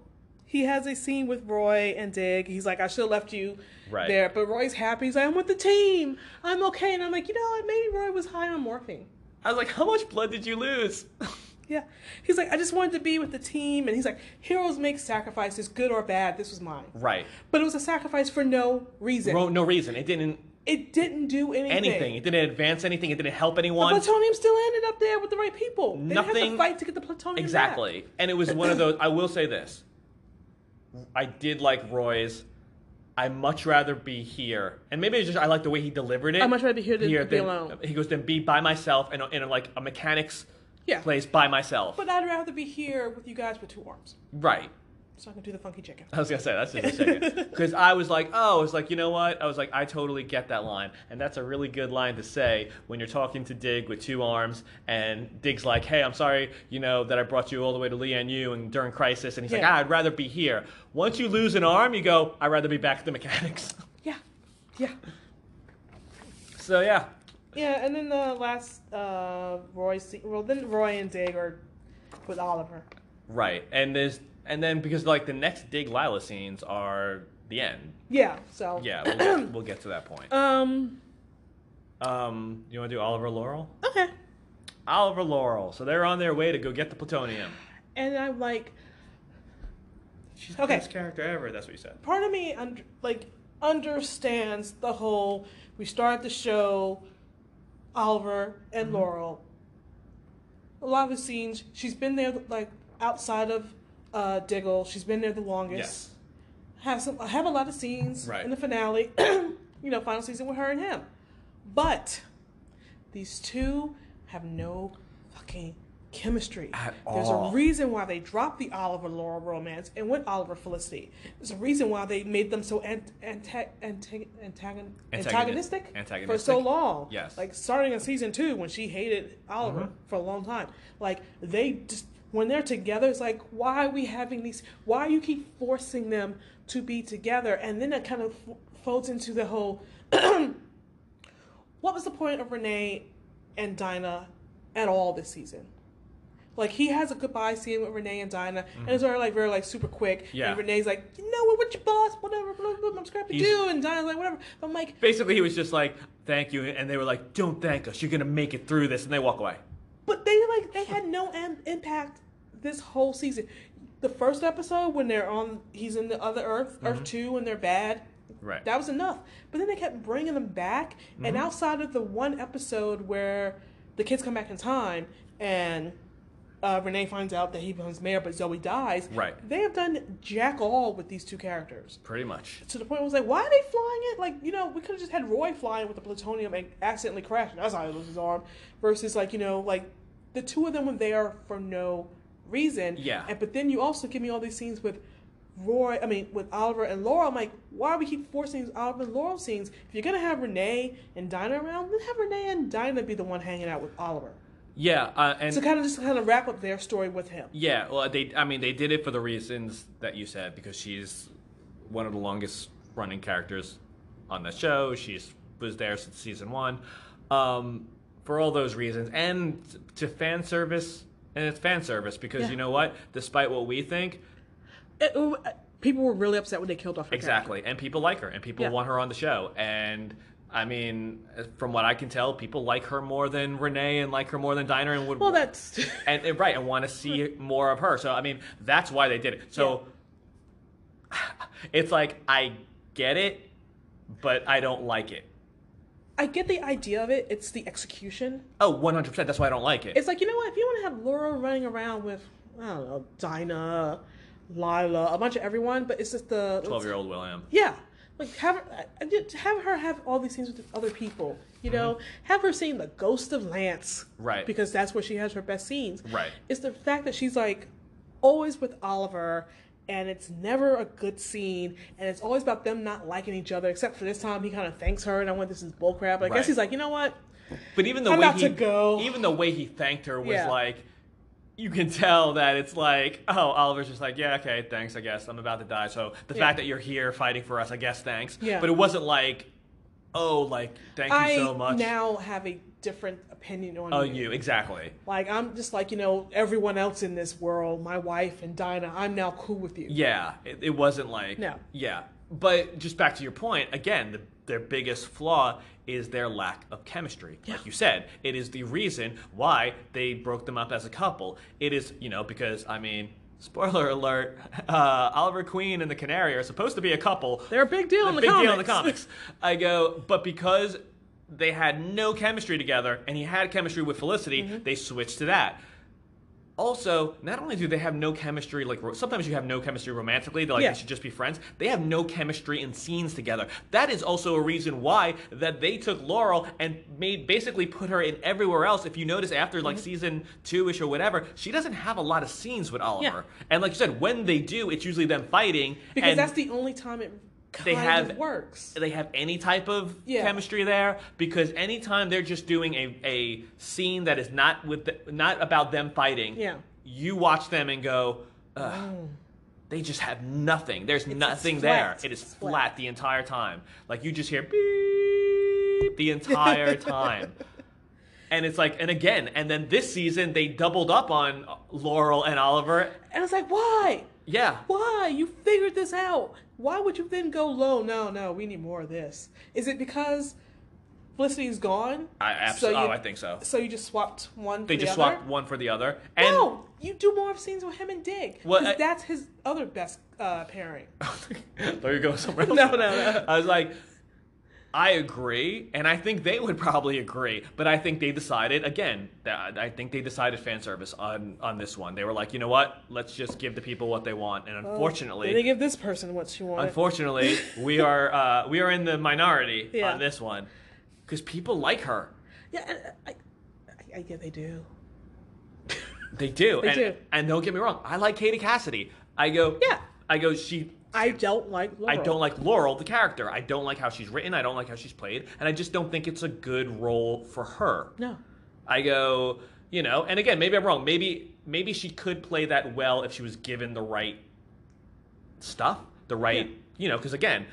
he has a scene with Roy and Dig. He's like, I should have left you
Right.
there. But Roy's happy. He's like, I'm with the team. I'm okay. And I'm like, you know what? Maybe Roy was high on morphine.
I was like, how much blood did you lose?
Yeah. He's like, I just wanted to be with the team. And he's like, heroes make sacrifices, good or bad. This was mine.
right.
But it was a sacrifice for no reason.
Ro- no reason. It didn't
it didn't do anything.
anything. It didn't advance anything. It didn't help
The
anyone.
plutonium still ended up there with the right people. They didn't have to
Nothing-
fight to get the plutonium. back.
Exactly. And it was one of those I will say this. I did like Roy's I much rather be here. And maybe it's just I like the way he delivered it.
I'd much rather be here than be
than-
alone.
He goes, then be by myself in, a, in a, like a mechanic's
Yeah.
place by myself.
But I'd rather be here with you guys with two arms.
right.
So I can do the funky chicken.
I was gonna say that's just a second because I was like, oh, it's like you know what? I was like, I totally get that line, and that's a really good line to say when you're talking to Dig with two arms, and Dig's like, hey, I'm sorry, you know that I brought you all the way to Lee and you and during crisis, and he's like,
Yeah.
ah, I'd rather be here. Once you lose an arm, you go, I'd rather be back at the mechanics.
Yeah. Yeah.
so yeah,
Yeah, and then the last uh, Roy, se- well, then Roy and Dig are with Oliver.
right, and there's and then because like the next Dig Lila scenes are the end.
Yeah, so.
Yeah, we'll get, we'll get to that point.
Um,
Um, you want to do Oliver Laurel?
okay.
Oliver Laurel. So they're on their way to go get the plutonium.
And I'm like,
She's
the Okay. best
character ever. That's what you said.
part of me und- like understands the whole we start the show oliver and
Mm-hmm.
laurel a lot of the scenes she's been there like outside of uh, diggle she's been there the longest
Yes.
have some have a lot of scenes
Right.
in the finale you know final season with her and him but these two have no fucking chemistry
At
there's
all.
a reason why they dropped the oliver laurel romance and went oliver felicity there's a reason why they made them so ant- anta- anta- antagon- antagonistic, for so
Antagonistic.
long
Yes. Mm-hmm.
like starting in season two when she hated oliver for a long time like they just when they're together it's like why are we having these why you keep forcing them to be together and then it kind of f- folds into the whole what was the point of Renee and Dinah at all this season? Like he has a goodbye scene with Renee and Dinah, and it's very like very like super quick.
Mm-hmm. Yeah.
And Renee's like, you know what, what your boss, whatever, blah, blah, blah, I'm scrappy
He's-
do, and Dinah's like, whatever. But I'm like,
Basically, he was just like, "Thank you," and they were like, "Don't thank us. You're gonna make it through this," and they walk away.
but they like they had no am- impact this whole season. The first episode when they're on, he's in the other Earth,
Mm-hmm.
Earth Two, and they're bad.
Right. Mm-hmm.
That was enough. But then they kept bringing them back, and outside of the one episode where the kids come back in time and uh, Renee finds out that he becomes mayor, but Zoe dies.
Right.
They have done jack all with these two characters.
Pretty much.
To the point where I was like, why are they flying it? Like, you know, we could have just had Roy flying with the plutonium and accidentally crashing. That's how he loses his arm. Versus, like, you know, like the two of them were there for no reason.
Yeah.
And, but then you also give me all these scenes with Roy, I mean, with Oliver and Laurel. I'm like, why do we keep forcing these Oliver and Laurel scenes? If you're going to have Renee and Dinah around, then have Renee and Dinah be the one hanging out with Oliver.
Yeah, uh, and
So kind of just kind of wrap up their story with him.
yeah, well, they. I mean, they did it for the reasons that you said because she's one of the longest running characters on the show. She's was there since season one. Um, for all those reasons, and to fan service, and it's fan service because
Yeah.
you know what? Despite what we think,
It- it- people were really upset when they killed off her character.
Exactly, and people like her, and people
Yeah.
want her on the show. And I mean, from what I can tell, people like her more than Renee, and like her more than Dinah, and would
Well, that's.
and, and- right, and want to see more of her. So I mean, that's why they did it. So it's like I get it, but I don't like it.
I get the idea of it. It's the execution.
Oh, 100 percent. That's why I don't like it.
It's like you know what? If you want to have Laura running around with I don't know Dinah, Lila, a bunch of everyone, but it's just the
Twelve year old William.
Yeah, like have her, I- I- have her have all these scenes with other people. You know, have her seeing the ghost of Lance.
Mm-hmm. Right.
Because that's where she has her best scenes.
Right.
It's the fact that she's like always with Oliver. And it's never a good scene, and it's always about them not liking each other. Except for this time, he kind of thanks her, and I went, "This is bullcrap." But I
Right.
guess he's like, you know what?
But even the
I'm
way
about
he
to go.
even the way he thanked her was
Yeah.
like you can tell that it's like, oh, Oliver's just like, yeah, okay, thanks, I guess. I'm about to die. So the
Yeah.
fact that you're here fighting for us, I guess thanks.
Yeah.
But it wasn't like oh, like thank you
I
so much.
now have a different opinion on
oh,
you.
you exactly.
Like I'm just like you know everyone else in this world, my wife and Dinah. I'm now cool with you.
Yeah, it, it wasn't like
No.
Yeah, but just back to your point again, the, their biggest flaw is their lack of chemistry.
Yeah.
Like you said, it is the reason why they broke them up as a couple. It is you know because I mean, spoiler alert, uh, Oliver Queen and the Canary are supposed to be a couple.
They're a big deal in the
big
comics.
deal in the comics. I go, but because they had no chemistry together, and he had chemistry with Felicity,
Mm-hmm.
they switched to that. Also, not only do they have no chemistry, like ro- sometimes you have no chemistry romantically, they're like
Yeah.
they should just be friends. They have no chemistry in scenes together. That is also a reason why that they took Laurel and made basically put her in everywhere else. If you notice after
Mm-hmm.
like season two ish or whatever, she doesn't have a lot of scenes with Oliver. And like you said, when they do, it's usually them fighting.
because
and
that's the only time it kind
They have-
of works.
they have any type of
Yeah.
chemistry there because anytime they're just doing a, a scene that is not with the, not about them fighting
Yeah. Mm.
you watch them and go Ugh, they just have nothing there's nothing
flat.
there it is
It's
flat.
flat.
the entire time like you just hear beep the entire time and it's like and again and then this season they doubled up on laurel and oliver
And it's like, why?
yeah
Why? You figured this out. Why would you then go low? No, no, we need more of this. Is it because Felicity's gone?
I, abs-
So you-
oh, I think so
So you just swapped one.
they
for
just
the other?
swapped one for the other and
no, you do more of scenes with him and Dig.
Well,
'cause
I-
that's his other best uh, pairing.
there you go somewhere else.
No, no, no.
I was like, I agree, and I think they would probably agree, but I think they decided again. That I think they decided fan service on on this one. They were like, you know what? Let's just give the people what they want, and unfortunately.
Oh, they give this person what she wanted.
Unfortunately, we are uh, we are in the minority
Yeah.
on this one, because people like her.
yeah, and uh, I, I, I get they do.
They do,
They
and,
do.
and don't get me wrong, I like Katie Cassidy. I go,
Yeah.
I go, she
I don't like. Laurel.
I don't like Laurel, the character. I don't like how she's written. I don't like how she's played. And I just don't think it's a good role for her.
No.
I go, you know, and again, maybe I'm wrong. Maybe maybe she could play that well if she was given the right stuff, the right,
Yeah.
you know, because again,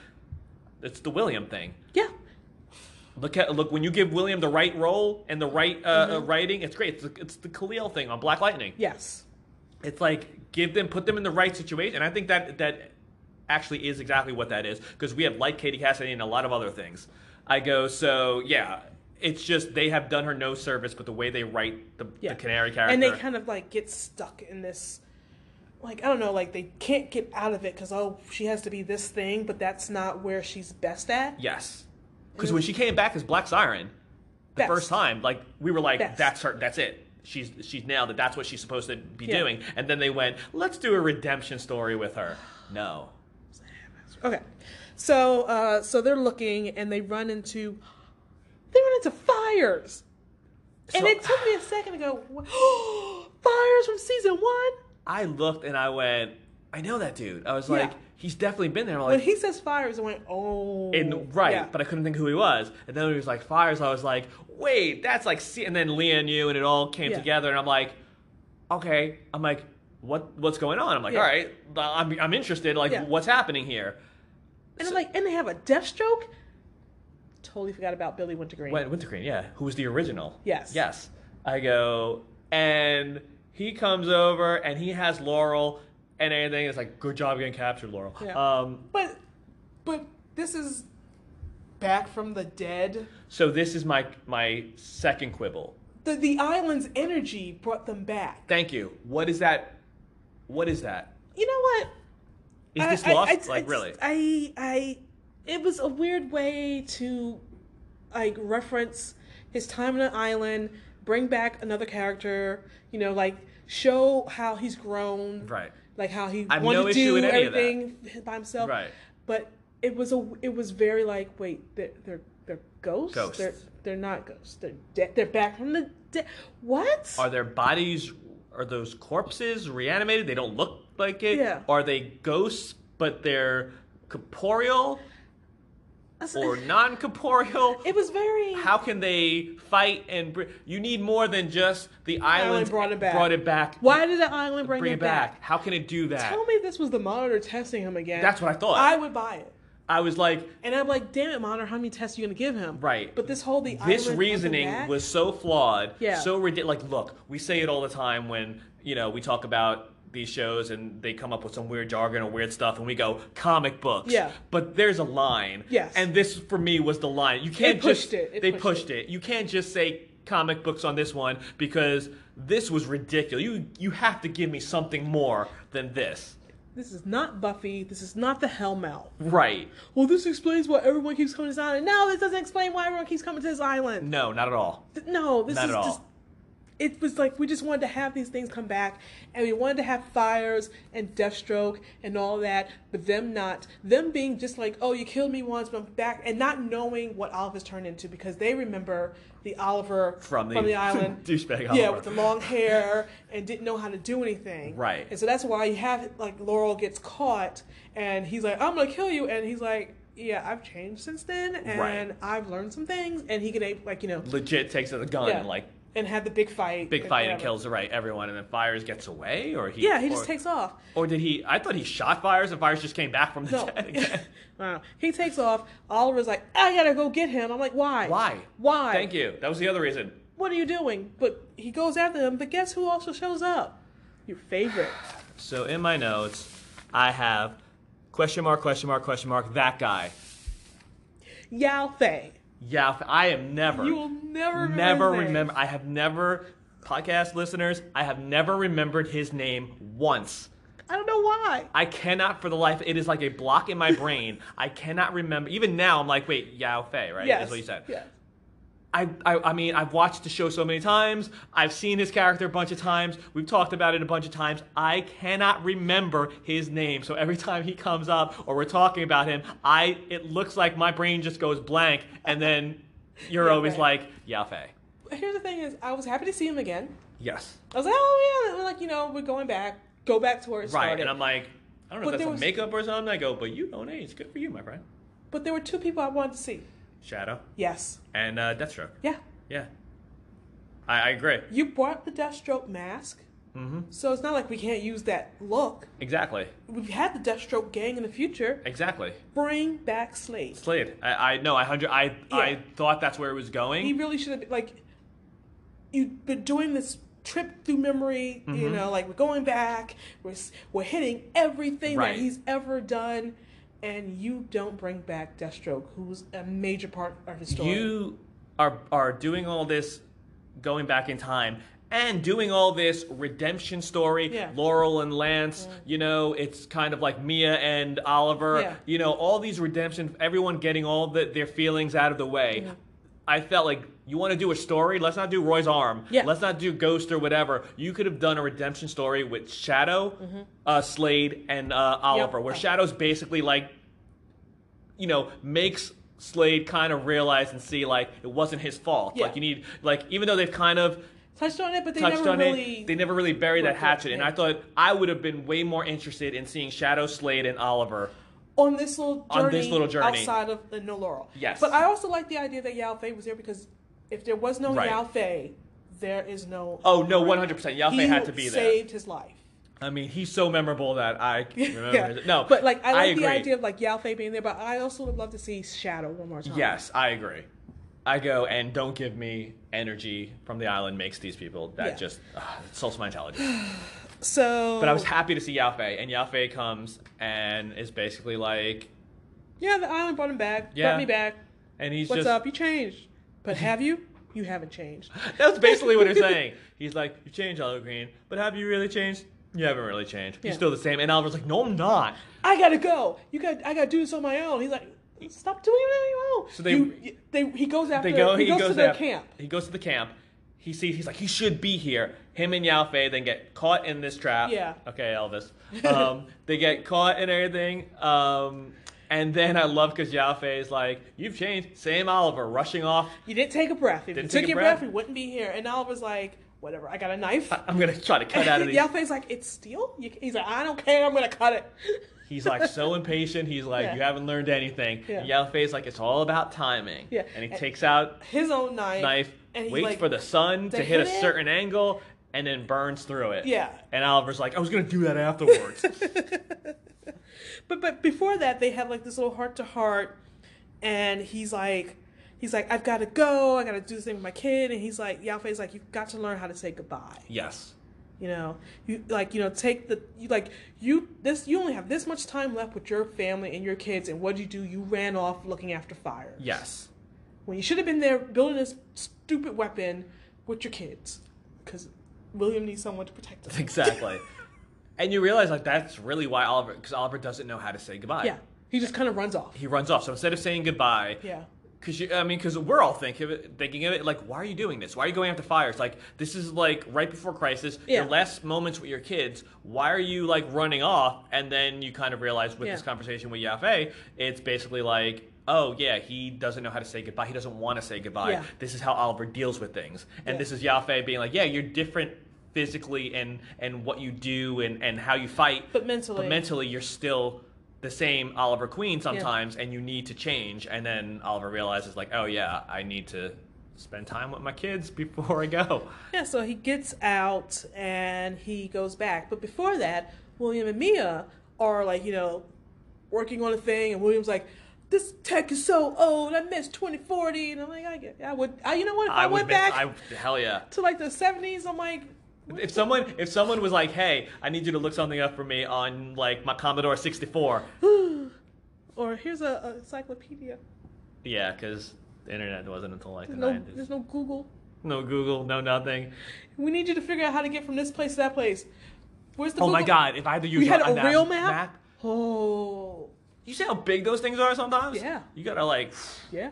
it's the William thing.
Yeah.
Look at look when you give William the right role and the right uh, uh, writing, it's great. It's the, it's the Khalil thing on Black Lightning
Yes.
it's like give them put them in the right situation and i think that that actually is exactly what that is because we have like katie cassidy and a lot of other things i go so yeah it's just they have done her no service but the way they write the,
Yeah.
the canary character
And they kind of like get stuck in this, like I don't know, like they can't get out of it because oh she has to be this thing, but that's not where she's best at.
yes because when she came back as black siren the
Best.
first time like we were like
Best.
that's her that's it she's she's nailed it that's what she's supposed to be
Yeah.
doing and then they went let's do a redemption story with her no
Okay, so uh, so they're looking and they run into, they run into fires, and
So-
it took me a second to go, "Wha- fires from season one.
I looked and I went, I know that dude. I was
Yeah.
like, he's definitely been there. I'm
When
like,
he says fires, I went oh
and, right,
Yeah.
but I couldn't think who he was. And then when he was like fires, I was like, wait, that's like, C-. and then Leah knew, and it all came
Yeah.
together. And I'm like, okay, I'm like, what what's going on? I'm like,
Yeah.
all right, I'm I'm interested. Like,
Yeah.
what's happening here?
and I'm like and they have a Deathstroke. Totally forgot about Billy Wintergreen.
Went Wintergreen, yeah, who was the original?
Yes.
Yes. I go, and he comes over, and he has Laurel, and everything. It's like, good job getting captured, Laurel.
Yeah.
Um,
But but this is back from the dead.
So this is my my second quibble.
The the island's energy brought them back.
Thank you. What is that? What is that?
You know what?
Is
I-
this
I-
lost?
I-
like
I-
really?
I I it was a weird way to like reference his time on an island, bring back another character, you know, like show how he's grown.
right.
Like how he
I have
wanted
no
to
issue
do
with any of that.
everything by himself.
Right.
But it was a it was very like wait they're they're, they're ghosts.
Ghosts.
They're they're not ghosts. They're dead. They're back from the dead. What?
Are their bodies are those corpses reanimated? They don't look like it.
Yeah.
Are they ghosts but they're corporeal
That's-
or non-corporeal?
it was very
How can they fight and br- you need more than just the island
brought it back.
Brought it back.
Why did the island bring,
bring
it back?
How can it do that?
Tell me this was the monitor testing him again.
That's what I thought.
I would buy it.
I was like,
And I'm like, damn it, monitor, how many tests are you gonna give him?
Right.
But this whole the
this
island
reasoning
back,
was so flawed,
Yeah.
so ridiculous. Like, look, we say it all the time when you know we talk about these shows and they come up with some weird jargon or weird stuff, and we go comic books.
Yeah.
But there's a line.
Yes.
And this for me was the line. You can't
pushed
just
it. It
they
pushed
it. You can't just say comic books on this one because this was ridiculous. You you have to give me something more than this.
This is not Buffy. This is not the Hellmouth.
Right.
Well, this explains why everyone keeps coming to this island. No, this doesn't explain why everyone keeps coming to this island.
No, not at all.
Th- No, this
Not
is
at all.
just. It was like we just wanted to have these things come back, and we wanted to have fires and Deathstroke and all that, but them not. Them being just like, oh, you killed me once, but I'm back, and not knowing what Oliver's turned into because they remember the Oliver
From the,
island.
douchebag.
Yeah,
Oliver.
with the long hair and didn't know how to do anything.
Right.
And so that's why you have like Laurel gets caught and he's like, I'm gonna kill you and he's like, Yeah, I've changed since then and
Right.
I've learned some things and he can like, you know
legit takes out the gun
Yeah.
and like
and had the big fight.
big fight and
whatever.
kills right everyone, and then Fires gets away, or he
Yeah, he
or,
just takes off.
Or did he? I thought he shot Fires, and Fires just came back from the
No.
dead again.
Wow. He takes off. Oliver's like, I gotta go get him. I'm like, why?
Why?
Why?
Thank you. That was the other reason.
What are you doing? But he goes after him, but guess who also shows up? Your favorite.
So in my notes, I have question mark, question mark, question mark. That guy.
Yao Fei.
Yeah, I am never.
You will never remember.
never
his name.
remember. I have never. Podcast listeners, I have never remembered his name once.
I don't know why.
I cannot for the life. It is like a block in my brain. I cannot remember. Even now, I'm like, wait, Yao Fei, right?
Yes.
That's what you said.
Yes.
I, I, I mean, I've watched the show so many times. I've seen his character a bunch of times. We've talked about it a bunch of times. I cannot remember his name. So every time he comes up or we're talking about him, I it looks like my brain just goes blank. And then you're
Yeah,
always
right.
like, Yafe.
Here's the thing is, I was happy to see him again.
Yes.
I was like, oh yeah, we're like you know, we're going back, go back to where it
Right.
started.
And I'm like, I don't
But
know if that's
there
some
was-
makeup or something. I go, but you don't age. Good for you, my friend.
but there were two people I wanted to see.
Shadow
Yes.
and uh, Deathstroke.
Yeah.
Yeah. I, I agree.
You brought the Deathstroke mask,
Mm-hmm.
so it's not like we can't use that look.
Exactly.
We've had the Deathstroke gang in the future.
Exactly.
Bring back Slade.
Slade. I, I no, I hundred. I
Yeah.
I thought that's where it was going.
He really should have been like. You've been doing this trip through memory. You
Mm-hmm.
know, like we're going back. We're s- we're hitting everything
Right.
that he's ever done. And you don't bring back Deathstroke, who's a major part of his story.
you are are doing all this, going back in time and doing all this redemption story.
Yeah.
Laurel and Lance. You know, it's kind of like Mia and Oliver.
Yeah.
You know, all these redemption. Everyone getting all the, their feelings out of the way.
Mhm.
I felt like you want to do a story. Let's not do Roy's arm.
Yeah.
Let's not do Ghost or whatever. You could have done a redemption story with Shadow,
Mm-hmm.
uh, Slade, and uh, Oliver, where
Oh.
Shadow's basically like, you know, makes Slade kind of realize and see like it wasn't his fault.
Yeah.
Like you need like even though they've kind of
touched on it, but they
touched
never
on
really.
it, they never really buried that
worked it,
hatchet. And
yeah.
I thought I would have been way more interested in seeing Shadow, Slade, and Oliver.
on this little journey,
On this little journey.
outside of the No Laurel.
Yes.
But I also like the idea that Yao Fei was there because if there was no
Right.
Yao Fei, there is no.
Oh no, one hundred percent. Yao Fei
He
had to be there.
Saved his life.
I mean, he's so memorable that I remember. his- No,
but like I like the
agree.
idea of like Yao Fei being there, but I also would love to see Shadow one more time.
Yes, I agree. I go and don't give me energy from the island makes these people that
Yeah.
just uh, insults my intelligence.
So,
But I was happy to see Yafei, and Yafei comes and is basically like,
yeah, the island brought him back.
Yeah.
Brought me back.
and he's
What's
just
up? You changed, but have you? You haven't changed.
that was basically what he was saying. He's like, you've changed, Oliver Green, but have you really changed? You haven't really changed.
Yeah.
You're still the same. And Oliver's like, no, I'm not.
I gotta go. You got. I gotta do this on my own. He's like, stop doing it on your own.
So they-
You- you- they. He goes after.
They go.
he, goes, to their
after-
camp.
He goes to the camp. He sees. He's like, he should be here. Him and Yao Fei then get caught in this trap.
Yeah.
Okay, Elvis. Um, they get caught and everything. Um, and then I love because Yao Fei is like, you've changed. Same Oliver rushing off.
You didn't take a breath. If
Didn't
you
take
took
a
your
breath.
breath, we wouldn't be here. And Oliver's like, whatever. I got a knife.
I- I'm gonna try to cut out of these.
Yao Fei's like, it's steel. You, he's like, I don't care. I'm gonna cut it.
He's like so impatient. He's like,
Yeah.
you haven't learned anything.
Yeah.
And Yao Fei's like, it's all about timing.
Yeah.
And he
And-
takes out
His own knife.
knife,
And he's
waits
like,
for the sun to
"They
hit a
hit it?"
certain angle, and then burns through it.
Yeah.
And Oliver's like, I was gonna do that afterwards.
But but before that, they have like this little heart to heart, and he's like, he's like, I've got to go. I got to do this thing with my kid, and he's like, Yafei's like, you've got to learn how to say goodbye.
Yes.
You know, you like you know take the you like you this you only have this much time left with your family and your kids, and what do you do? You ran off looking after fires.
Yes.
When you should have been there building this stupid weapon with your kids, because William needs someone to protect him.
Exactly. and you realize like that's really why Oliver, because Oliver doesn't know how to say goodbye.
yeah, he just kind of runs off.
He runs off. So instead of saying goodbye,
Yeah.
Cause you, I mean, cause we're all thinking of it, thinking of it like, why are you doing this? Why are you going after fires? Like, this is like right before crisis,
Yeah.
your last moments with your kids. Why are you like running off? And then you kind of realize with this
Yeah.
conversation with Yafe, it's basically like, oh yeah, he doesn't know how to say goodbye. He doesn't want to say goodbye.
Yeah.
This is how Oliver deals with things, and
Yeah.
this is Yafe being like, yeah, you're different physically and and what you do and and how you fight,
But mentally.
but mentally you're still the same Oliver Queen sometimes, and you need to change. And then Oliver realizes, like, oh yeah, I need to spend time with my kids before I go.
Yeah, so he gets out and he goes back. But before that, William and Mia are like, you know, working on a thing, and William's like, "This tech is so old. I miss 2040." And I'm like, "I get, I would, I, you know what? If I,
would
went
miss-
back
I, hell yeah.
to like the 70s, I'm like,
If someone if someone was like, hey, I need you to look something up for me on like my Commodore 64,
or here's a, a encyclopedia.
yeah, because the internet wasn't until like the
There's no,
90s.
there's no Google.
No Google, no nothing.
We need you to figure out how to get from this place to that place. Where's the?
Oh my
Google-
God! If I had to use
We had
a,
a
map-
real map?
map,
Oh,
you see how big those things are sometimes.
Yeah.
You gotta like
yeah.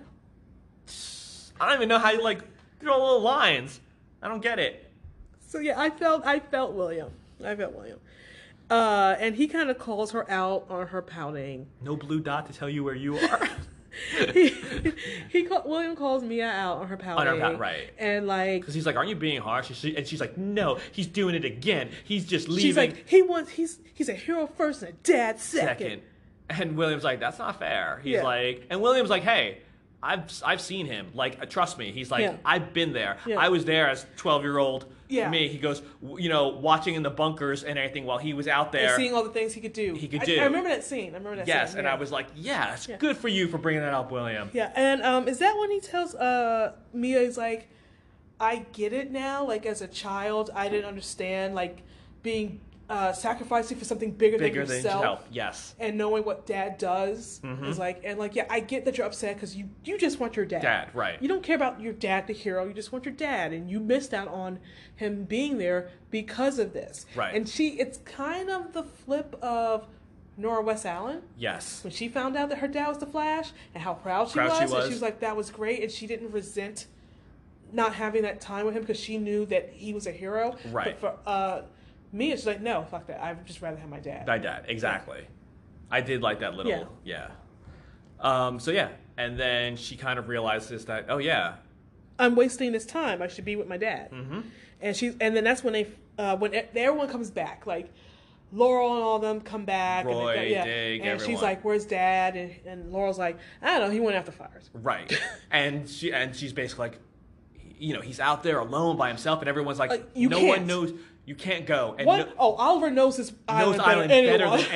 I don't even know how you like draw little lines. I don't get it.
So yeah, I felt I felt William. I felt William. Uh, and he kind of calls her out on her pouting.
No blue dot to tell you where you are.
he he call, William calls Mia out on her pouting.
pouting, right.
And like
Because he's like, aren't you being harsh? And she- And she's like, no, he's doing it again. He's just leaving.
she's like, he wants he's he's a hero first and a dad second.
second. And William's like, that's not fair. He's
Yeah.
like, and William's like, hey, I've I've seen him. Like, uh, trust me. He's like,
Yeah.
I've been there.
Yeah.
I was there as twelve year old
Yeah.
me. He goes, w- you know, watching in the bunkers and everything while he was out
And
there.
seeing all the things he could do.
He could
I,
do.
I remember that scene. I remember that
yes,
scene.
and
yeah.
I was like, yes,
Yeah.
good for you for bringing that up, William.
Yeah, and um, is that when he tells uh Mia is like, I get it now. Like as a child, I didn't understand like being uh sacrificing for something bigger,
Bigger
than
than
yourself.
yourself. Yes.
and knowing what dad does
Mm-hmm.
is like and like yeah i get that you're upset because you you just want your dad
Dad, right.
you don't care about your dad the hero you just want your dad and you missed out on him being there because of this
Right.
and she it's kind of the flip of nora west allen
Yes.
when she found out that her dad was the flash and how proud she,
Proud
was,
she
and
was.
she was like that was great and she didn't resent not having that time with him because she knew that he was a hero
Right.
but for uh me it's like no fuck that i'd just rather have my dad
By dad, exactly. I did like that little,
Yeah.
yeah. Um, so yeah, and then she kind of realizes that, oh yeah,
I'm wasting this time. I should be with my dad. Mm-hmm. And she's, and then that's when they, uh, when e- everyone comes back, like Laurel and all them come back. and
Roy,
they, yeah.
Dig,
and she's
everyone.
like, "Where's dad?" And, and Laurel's like, "I don't know. He went after fires."
right. and she and she's basically like, you know, he's out there alone by himself, and everyone's like,
Like, Uh, you
no
can't.
one knows, you can't go, and
What?
No,
oh, Oliver knows his
knows
island,
Island
better, than
better
anyone.
than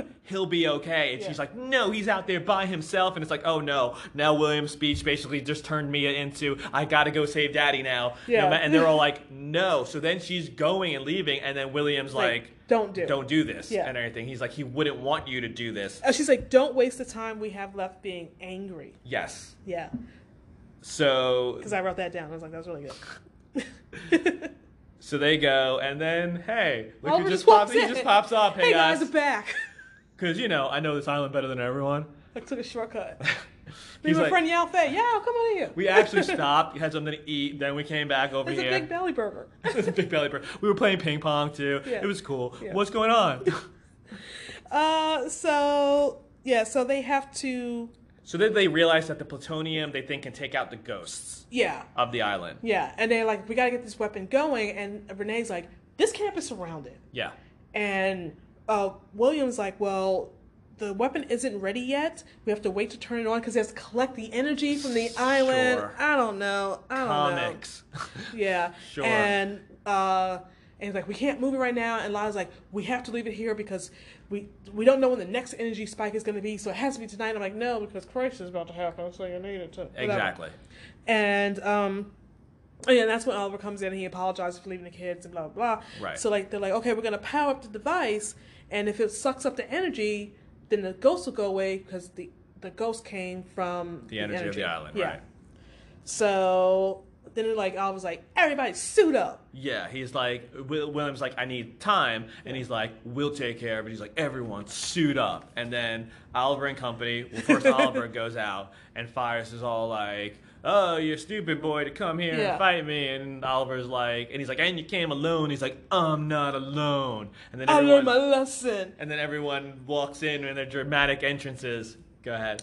anyone. He'll be okay. And
Yeah.
she's like, no, he's out there by himself. And it's like, oh no. Now William's speech basically just turned Mia into, I gotta go save daddy now. No
Yeah.
ma- and they're all like, no. So then she's going and leaving. And then William's
Like,
like,
"Don't do it."
Don't do this.
Yeah.
And everything. He's like, he wouldn't want you to do this.
And she's like, "Don't waste the time we have left being angry."
Yes.
Yeah,
So
because I wrote that down. I was like, "That was really good."
so they go. And then, hey, look
Oliver
who just,
walks
pops, he
in.
just pops up. Hey, guys.
I'm back.
Because, you know, I know this island better than everyone.
I took a shortcut.
He's
Leave my
like-
friend Yao Fei. Yao, come on in here.
We actually stopped, had something to eat, then we came back over
It's a
here.
big belly burger.
It's a big belly burger. We were playing ping pong too.
Yeah.
It was cool.
Yeah.
What's going on?
Uh, so yeah, so they have to,
so then they realize that the plutonium they think can take out the ghosts
yeah,
of the island.
yeah, and they're like, we gotta get this weapon going, and Renee's like, this camp is surrounded,
Yeah.
and uh, William's like, well, the weapon isn't ready yet. We have to wait to turn it on because they have to collect the energy from the island.
Sure.
Oh, I don't know. I don't know.
Comics.
Yeah.
Sure.
And uh, And he's like, we can't move it right now. And Lila's like, we have to leave it here because we we don't know when the next energy spike is going to be. So it has to be tonight. I'm like, no, because crisis is about to happen. So you need it to. whatever.
Exactly.
And um, and yeah, that's when Oliver comes in and he apologizes for leaving the kids and blah blah blah.
Right.
So like they're like, okay, we're gonna power up the device, and if it sucks up the energy, then the ghost will go away because the the ghost came from
The energy, of the island,
Yeah.
right?
So then they're like Oliver's like, everybody suit up.
Yeah, he's like Will, William's like I need time, and he's like we'll take care of it. He's like everyone suit up, and then Oliver and company. Well, first Oliver goes out, and Fires is all like, "Oh, you're stupid boy to come here
Yeah.
and fight me," and Oliver's like, and he's like, "And you came alone." He's like, "I'm not alone," and then
I
everyone,
learned my lesson.
and then everyone walks in and their dramatic entrances. Go ahead.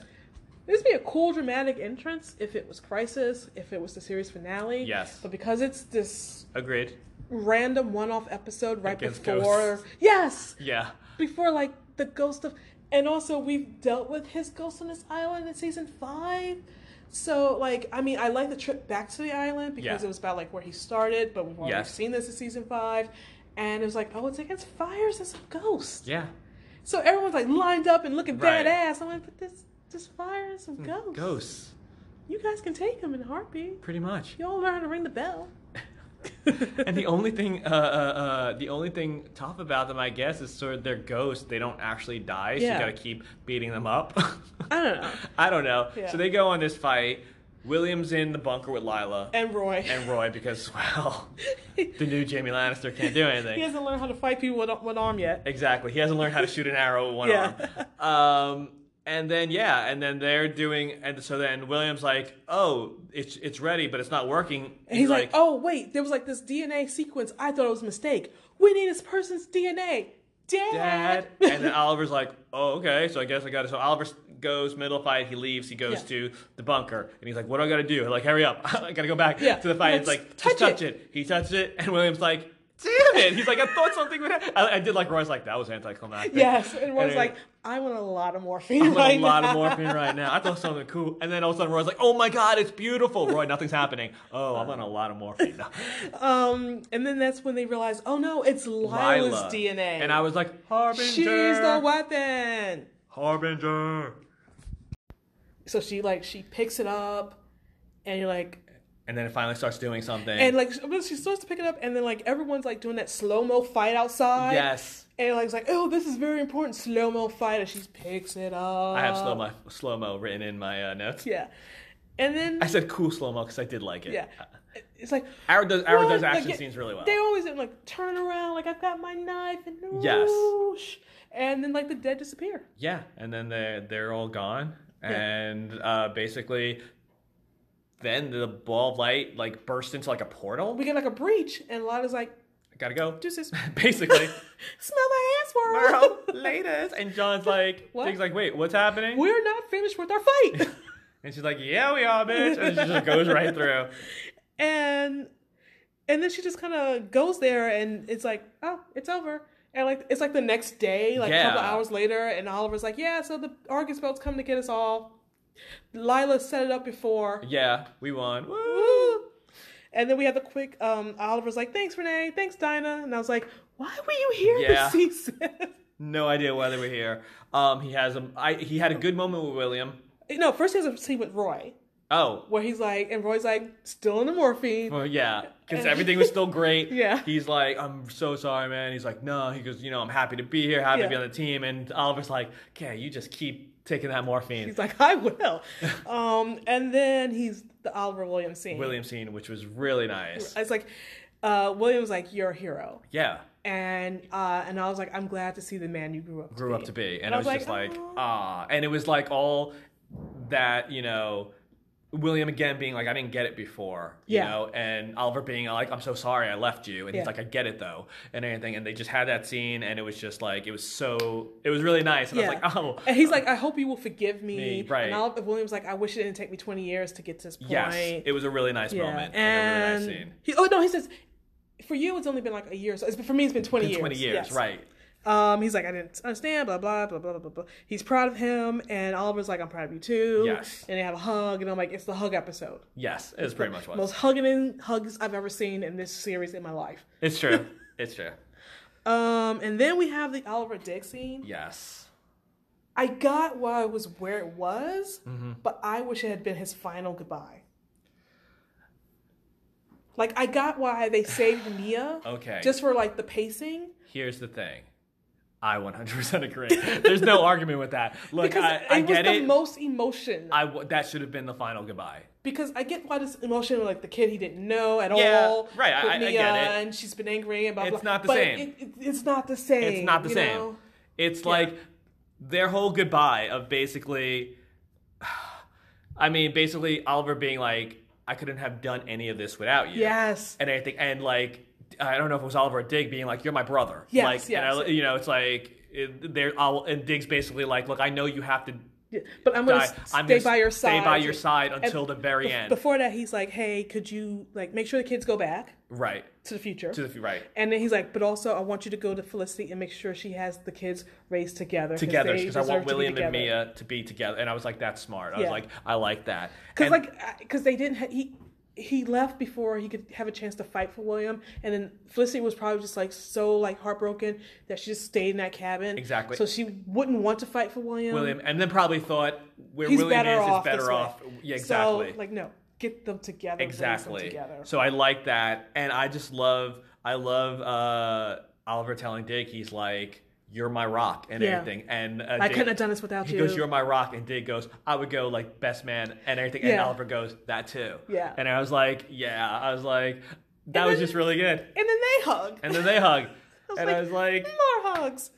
This would be a cool dramatic entrance if it was Crisis, if it was the series finale.
Yes.
But because it's this
Agreed.
random one-off episode right
Against
before,
ghosts.
yes,
Yeah.
before like the ghost of, and also we've dealt with his ghost on this island in season five. So like, I mean, I like the trip back to the island because
Yeah.
it was about like where he started, but we've already
Yes.
seen this in season five, and it was like, oh, it's against fires as a ghost.
Yeah.
So everyone's like lined up and looking
Right.
badass. I'm like, but this this fire is some ghosts.
Ghosts.
You guys can take him in a heartbeat.
Pretty much.
You all learn how to ring the bell.
and the only thing, uh, uh, uh, the only thing tough about them, I guess, is sort of their ghosts. They don't actually die, so
Yeah.
you gotta keep beating them up.
I don't know.
I don't know.
Yeah.
So they go on this fight. William's in the bunker with Lila and,
And Roy.
Roy because, well, the new Jamie Lannister can't do anything.
He hasn't learned how to fight people with one arm yet.
Exactly. He hasn't learned how to shoot an arrow with one
Yeah.
arm. Um, and then yeah, and then they're doing, and so then William's like, "Oh, it's it's ready, but it's not working."
And he's like, oh, wait, there was like this DNA sequence. I thought it was a mistake. We need this person's DNA. Dad.
Dad. and uh, then Oliver's like, oh, okay, so I guess I got to. So Oliver s- goes middle fight. He leaves. He goes
Yeah.
to the bunker, and he's like, what do I got to do? like, hurry up! I got to go back
Yeah.
to the fight.
Like,
It's like,
"Just
just
touch
touch it. He touched it, and William's like, damn it! He's like, I thought something would happen. I, I did like Roy's like that was anticlimactic.
Yes. And Roy's
And-
like, I want a lot of morphine
I'm on
right
a lot
now.
of morphine right now. I thought something cool, and then all of a sudden Roy's like, "Oh my god, it's beautiful!" Roy, nothing's happening. Oh, I'm on a lot of morphine. now.
Um, and then that's when they realize, oh, no, it's Lila's
Lila.
DNA.
and I was like, "Harbinger,
She's the weapon.
Harbinger."
So she like she picks it up, and you're like,
And then it finally starts doing something.
and like she starts to pick it up, and then like everyone's like doing that slow mo fight outside.
yes,
And like it's like, oh, this is very important slow mo fight, and she picks it up.
I have slow mo slow mo written in my uh, notes.
Yeah, and then
I said cool slow mo because I did like it. Uh,
yeah, it's like
Arrow does Arrow
what?
does
Like,
action
it-
scenes really well.
They always like turn around, like I've got my knife, and
Yes.
whoosh, and then like the dead disappear.
Yeah, and then they're they're all gone, and uh, basically, then the ball of light like bursts into like a portal.
We get like a breach, and Lana's like,
Gotta go.
deuces,
basically.
smell my ass,
Girl,
world.
latest. And John's like,
What?
Dig's like, wait, what's happening?
We're not finished with our fight.
And she's like, yeah, we are, bitch. And she just goes right through.
and and then she just kind of goes there and it's like oh it's over and like it's like the next day like a couple
Yeah.
hours later and oliver's like yeah so the argus belt's come to get us all lila set it up before
Yeah, we won. Woo.
Woo! and then we had the quick um oliver's like thanks renee thanks dinah and i was like why were you here
Yeah.
this season
No idea whether we're here. Um, he has a, I, he had a good moment with William.
no first he has a scene with roy
Oh,
where he's like and roy's like still in the morphine
well, yeah, because everything was still great.
Yeah.
He's like, I'm so sorry, man. He's like, no. He goes, you know, I'm happy to be here, happy to be
Yeah.
on the team. And Oliver's like, okay, you just keep taking that morphine.
he's like i will um and then he's the oliver williams scene
William scene, which was really nice.
It's like uh, William's like you're a hero,
Yeah.
and uh, and I was like I'm glad to see the man you grew up
grew
to
up to be. And,
I
I
was
was,
like,
just like,
"Aw."
ah. And it was like all that, you know, William again being like, I didn't get it before, you
Yeah.
know, and Oliver being like, I'm so sorry I left you. And
Yeah.
he's like, I get it though, and everything. And they just had that scene, and it was just like, it was so, it was really nice. And
Yeah.
I was like, oh.
And he's like I hope you will forgive me.
Me, right.
And Oliver Williams like I wish it didn't take me 20 years to get to this point.
Yes, it was a really nice
yeah. And
moment and a really nice scene.
he oh no he says for you it's only been like a year so it's, for me it's been 20
In
years.
20 years,
Yes.
right?
Um, he's like I didn't understand blah blah blah blah blah blah. blah. He's proud of him, and Oliver's like I'm proud of you too.
Yes.
And they have a hug, and I'm like it's the hug episode.
Yes, it's pretty much what
Most hugging hugs I've ever seen in this series in my life.
it's true. It's true.
Um, and then we have the Oliver Dick scene.
Yes.
I got why it was where it was,
Mm-hmm.
but I wish it had been his final goodbye. Like I got why they saved Mia.
Okay.
Just for like the pacing.
Here's the thing. I 100% agree. There's no argument with that. Look,
Because
I,
it
I
was
get
the
it.
most emotion.
I w- that should have been the final goodbye.
because I get why this emotion, like the kid he didn't know at
Yeah,
all.
right, I-
with
I- I get
Mia,
it.
And she's been angry about.
It's not the
but
same.
It, it- it's not the same.
It's not the
you
same.
know?
It's like their whole goodbye of basically, I mean, basically Oliver being like, I couldn't have done any of this without you.
Yes.
And I think, and like, I don't know if it was Oliver or Dig being like, you're my brother.
Yes,
Like, And
yes.
I, you know, it's like, it, they're, I'll, and Dig's basically like, look, I know you have to
Yeah, But I'm gonna
die.
s- stay
I'm gonna
by your
stay
side.
by your side until the very
bef-
end.
Before that, he's like, "Hey, could you like make sure the kids go back
right.
to the future?"
To the, right.
and then he's like, "But also, I want you to go to Felicity and make sure she has the kids raised together
together
they
because I want
deserve to be
William and
together.
Mia to be together. And I was like, that's smart. I was
Yeah.
like, I like that.
Because
And-
like, because they didn't. Ha- he he left before he could have a chance to fight for William, and then Felicity was probably just like so like heartbroken that she just stayed in that cabin.
Exactly.
So she wouldn't want to fight for William.
William, and then probably thought where
he's
William
better
is
off.
is better
this way.
off. Yeah, exactly.
So like, no, get them together. raise them
exactly.
together.
So I like that, and I just love, I love uh, Oliver telling Dig he's like, "You're my rock" and
Yeah.
everything. And uh,
I
Dig-
couldn't have done this without
He
you.
goes, "You're my rock," and Dig goes, "I would go like best man and everything." And
Yeah.
Oliver goes, "That too."
Yeah.
And I was like, "Yeah," I was like, "That was
then-
just really good."
and then they hug.
And then they hug,
was
and I
like,
was like,
more hugs.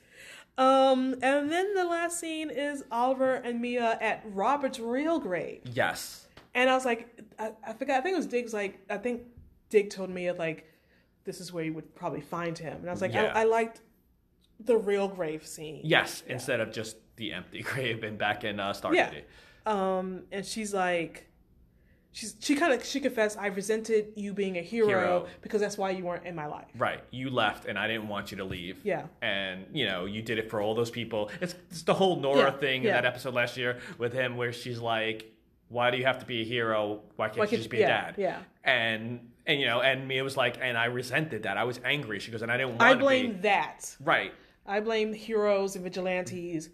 Um, and then the last scene is Oliver and Mia at Robert's real grave.
Yes.
And I was like, I, I forgot. I think it was Dig's. Like, I think Dig told me like, this is where you would probably find him. And I was like,
Yeah.
I, I liked the real grave scene.
Yes, instead of just the empty grave and back in uh, Star
Yeah.
City.
Um, and she's like, she's she kind of she confessed, I resented you being a hero,
Hero.
because that's why you weren't in my life.
Right. You left and I didn't want you to leave.
Yeah.
And, you know, you did it for all those people. It's, it's the whole
Yeah,
Nora thing
yeah.
in that episode last year with him where she's like, why do you have to be a hero? Why can't
Why
you
can't-
just be
yeah,
a dad?
yeah.
And, and, you know, and Mia was like, and I resented that. I was angry. She goes, and I didn't want
I
to
blame
be.
that.
Right.
I blame heroes and vigilantes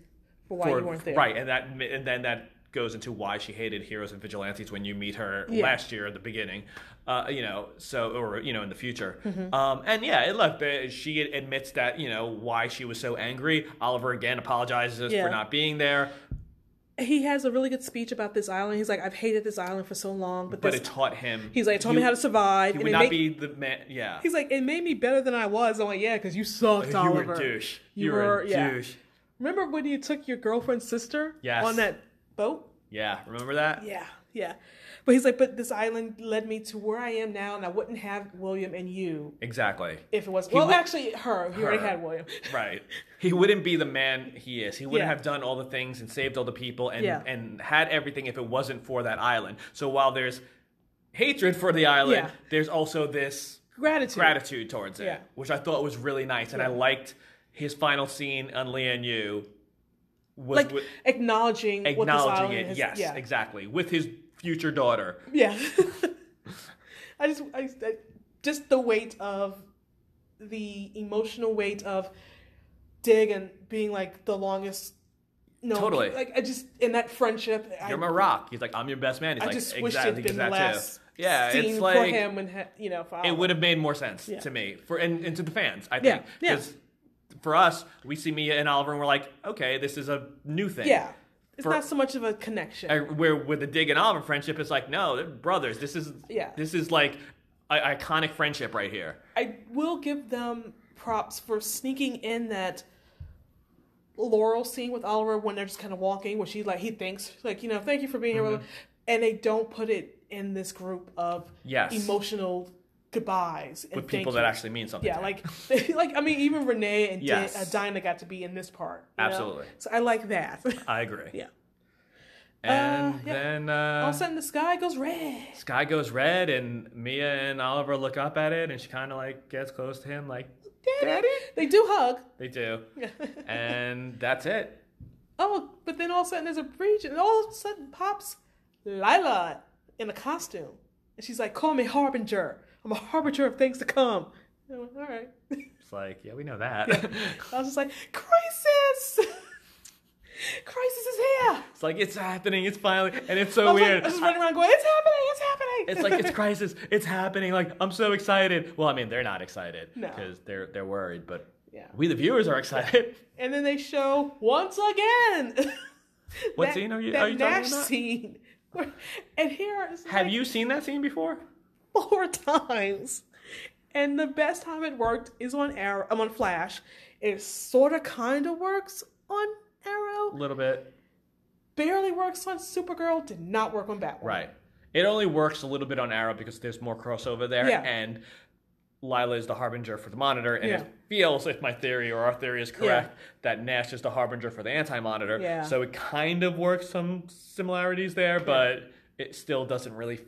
for why
For-
you weren't there.
Right. And that, and then that goes into why she hated heroes and vigilantes when you meet her
Yeah.
last year at the beginning, uh, you know, so, or, you know, in the future.
Mm-hmm.
Um, and yeah, it, look, uh, she admits that, you know, why she was so angry. Oliver again apologizes
Yeah.
for not being there,
He has a really good speech about this island. He's like, I've hated this island for so long, but,
but
this.
it taught him.
he's like, it taught me
he-
how to survive.
He
and
would
it
not
make-
be the man. Yeah.
He's like, it made me better than I was. I'm like, yeah, because you sucked,
you
Oliver.
were a douche.
You
You, were,
were-
a
yeah.
douche.
Remember when you took your girlfriend's sister
Yes.
on that boat?
Yeah. Remember that?
Yeah, yeah. But he's like, but this island led me to where I am now, and I wouldn't have William and you
Exactly.
if it was. Well,
would-
actually, her. You already
Her.
had William.
Right. He wouldn't be the man he is. He wouldn't
Yeah.
have done all the things and saved all the people and
Yeah.
and had everything if it wasn't for that island. So while there's hatred for the island,
Yeah.
there's also this
Gratitude.
gratitude towards it,
Yeah.
which I thought was really nice. And I liked his final scene on Lee and You was
Like
with,
acknowledging, what this
acknowledging
island
it.
has-
yes,
yeah.
exactly. With his future daughter.
Yeah. I just, I, I- just the weight of the emotional weight of Dig and being like the longest. No,
Totally.
Like I just in that friendship. I,
You're my rock. He's like, I'm your best man. He's
I
like,
just wish
exactly,
it'd been
because
the
that
last
too. Yeah,
scene
it's like
for him and ha- you know for
it
Oliver.
would have made more sense
Oh. Yeah.
to me for and, and to the fans. I
Yeah,
think
yeah.
'Cause for us, we see Mia and Oliver, and we're like, okay, this is a new thing.
Yeah, it's
For-
not so much of a connection.
Uh, Where with the Dig and Oliver friendship, it's like, no, they're brothers. This is
Yeah.
This is like I- iconic friendship right here.
I will give them props for sneaking in that Laurel scene with Oliver when they're just kind of walking, where she like he thinks like you know thank you for being
Mm-hmm.
here, and they don't put it in this group of
Yes.
emotional goodbyes and
With people
thank
that
yous.
actually mean something.
yeah
to
like like I mean even Renee and Di-
Yes.
uh, Dinah got to be in this part you know?
Absolutely.
so I like that
them. I agree.
yeah
And
Uh, yeah.
then
all
uh,
of a sudden the sky goes red
sky goes red, and Mia and Oliver look up at it, and she kind of like gets close to him, like
Daddy they do hug
they do, and that's it.
Oh, but then all of a sudden there's a breach, and all of a sudden pops Lila in a costume. And she's like, Call me Harbinger. I'm a harbinger of things to come. And I went, all right.
It's like, yeah, we know that.
I was just like, crisis! crisis is here!
it's like it's happening. It's finally, and it's so
I was like-
weird.
I was just running around going, it's happening, it's happening!
it's like it's crisis. It's happening. Like I'm so excited. Well, I mean, they're not excited
No.
because they're they're worried, but
Yeah.
we the viewers are excited.
And then they show once again.
What
that-
scene are you-
that
are you talking
Nash
about?
scene. Where- And here are this is
Have
like
you seen that scene before?
four times. And the best time it worked is on Arrow. I'm on Flash. It sort of kind of works on
A
Arrow.
little bit,
Barely works on Supergirl. Did not work on Batwoman.
right? It only works a little bit on Arrow because there's more crossover there,
Yeah.
and Lila is the harbinger for the Monitor, and
Yeah.
it feels, if my theory or our theory is correct, that Nash is the harbinger for the Anti-Monitor.
Yeah.
So it kind of works some similarities there, but it still doesn't really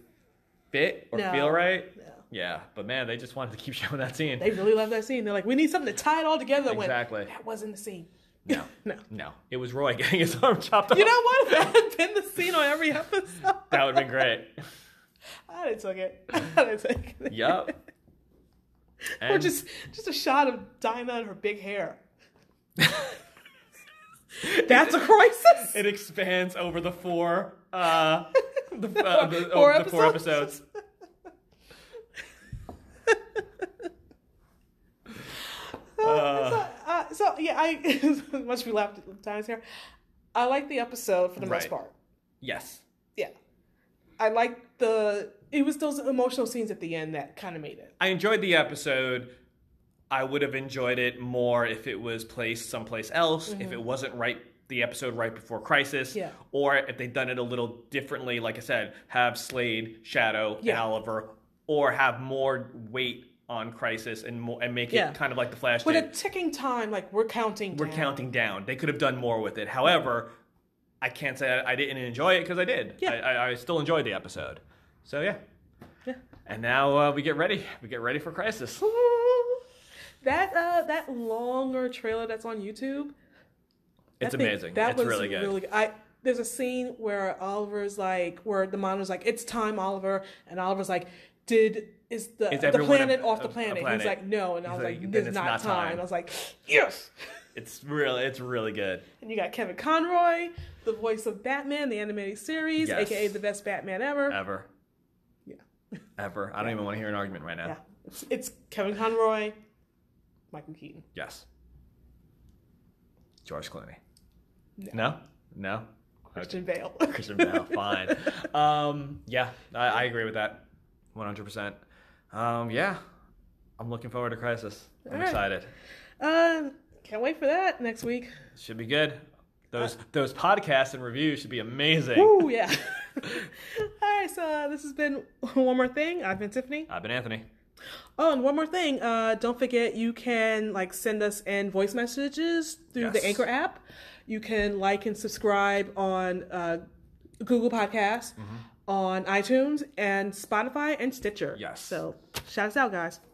fit or
No.
feel right.
Yeah.
Yeah, but man, they just wanted to keep showing that scene.
They really love that scene. They're like, we need something to tie it all together. I went,
Exactly.
that wasn't the scene.
No.
No.
No. It was Roy getting his arm chopped off.
You know what? If that had been the scene on every episode.
that would have been great.
I didn't took it. I didn't take it.
Yup.
Or
And
just just a shot of Dinah and her big hair. That's a crisis.
it expands over the four uh the, uh, the,
Four
over the four
episodes.
episodes.
so,
Uh,
uh, so yeah, I as much as we laughed at Dinah's hair. I like the episode for the most
Right.
part.
yes.
Yeah, I like the. It was those emotional scenes at the end that kind of made it.
I enjoyed the episode. I would have enjoyed it more if it was placed someplace else, if it wasn't right the episode right before Crisis,
Mm-hmm. Yeah.
or if they'd done it a little differently, like I said, have Slade, Shadow, and
Yeah.
Oliver, or have more weight on Crisis and more, and make
Yeah.
it kind of like the Flash
With
did.
a ticking time, like we're counting.
We're
down.
counting down. They could have done more with it. However, I can't say I, I didn't enjoy it because I did.
Yeah.
I, I, I still enjoyed the episode. So yeah.
Yeah.
And now uh, we get ready. We get ready for Crisis.
That uh, that longer trailer that's on YouTube. I
It's
think
amazing.
That
it's
was
really good.
I there's a scene where Oliver's like, where the monitor's like, "It's time, Oliver," and Oliver's like, "Did is the
Is
the
everyone
planet
a-
off
a-
the
a
planet?"
planet?
He's like, "No," and I
He's
was
like,
like,
"Then
"This is
it's
not,
not
time.
time.
And I was like, "Yes."
It's really, it's really good.
And you got Kevin Conroy, the voice of Batman, the animated series,
Yes. Uh,
aka the best Batman ever.
Ever,
yeah,
ever. I don't even want to hear an argument right now.
yeah. It's, it's Kevin Conroy, Michael Keaton.
Yes. George Clooney.
No.
No. No.
Christian Bale.
Christian Bale. Fine. Um, yeah, I, I agree with that, one hundred percent. Um, yeah, I'm looking forward to Crisis. I'm
All right.
excited.
Um, can't wait for that next week.
Should be good. Those
Uh,
those podcasts and reviews should be amazing.
Ooh, yeah. All right, so uh, this has been One More Thing. I've been Tiffany.
I've been Anthony.
Oh, and one more thing. Uh, don't forget you can like send us in voice messages through the
Yes.
Anchor app. You can like and subscribe on uh, Google
Mm-hmm.
Podcasts, on iTunes, and Spotify and Stitcher.
Yes.
So shout us out, guys.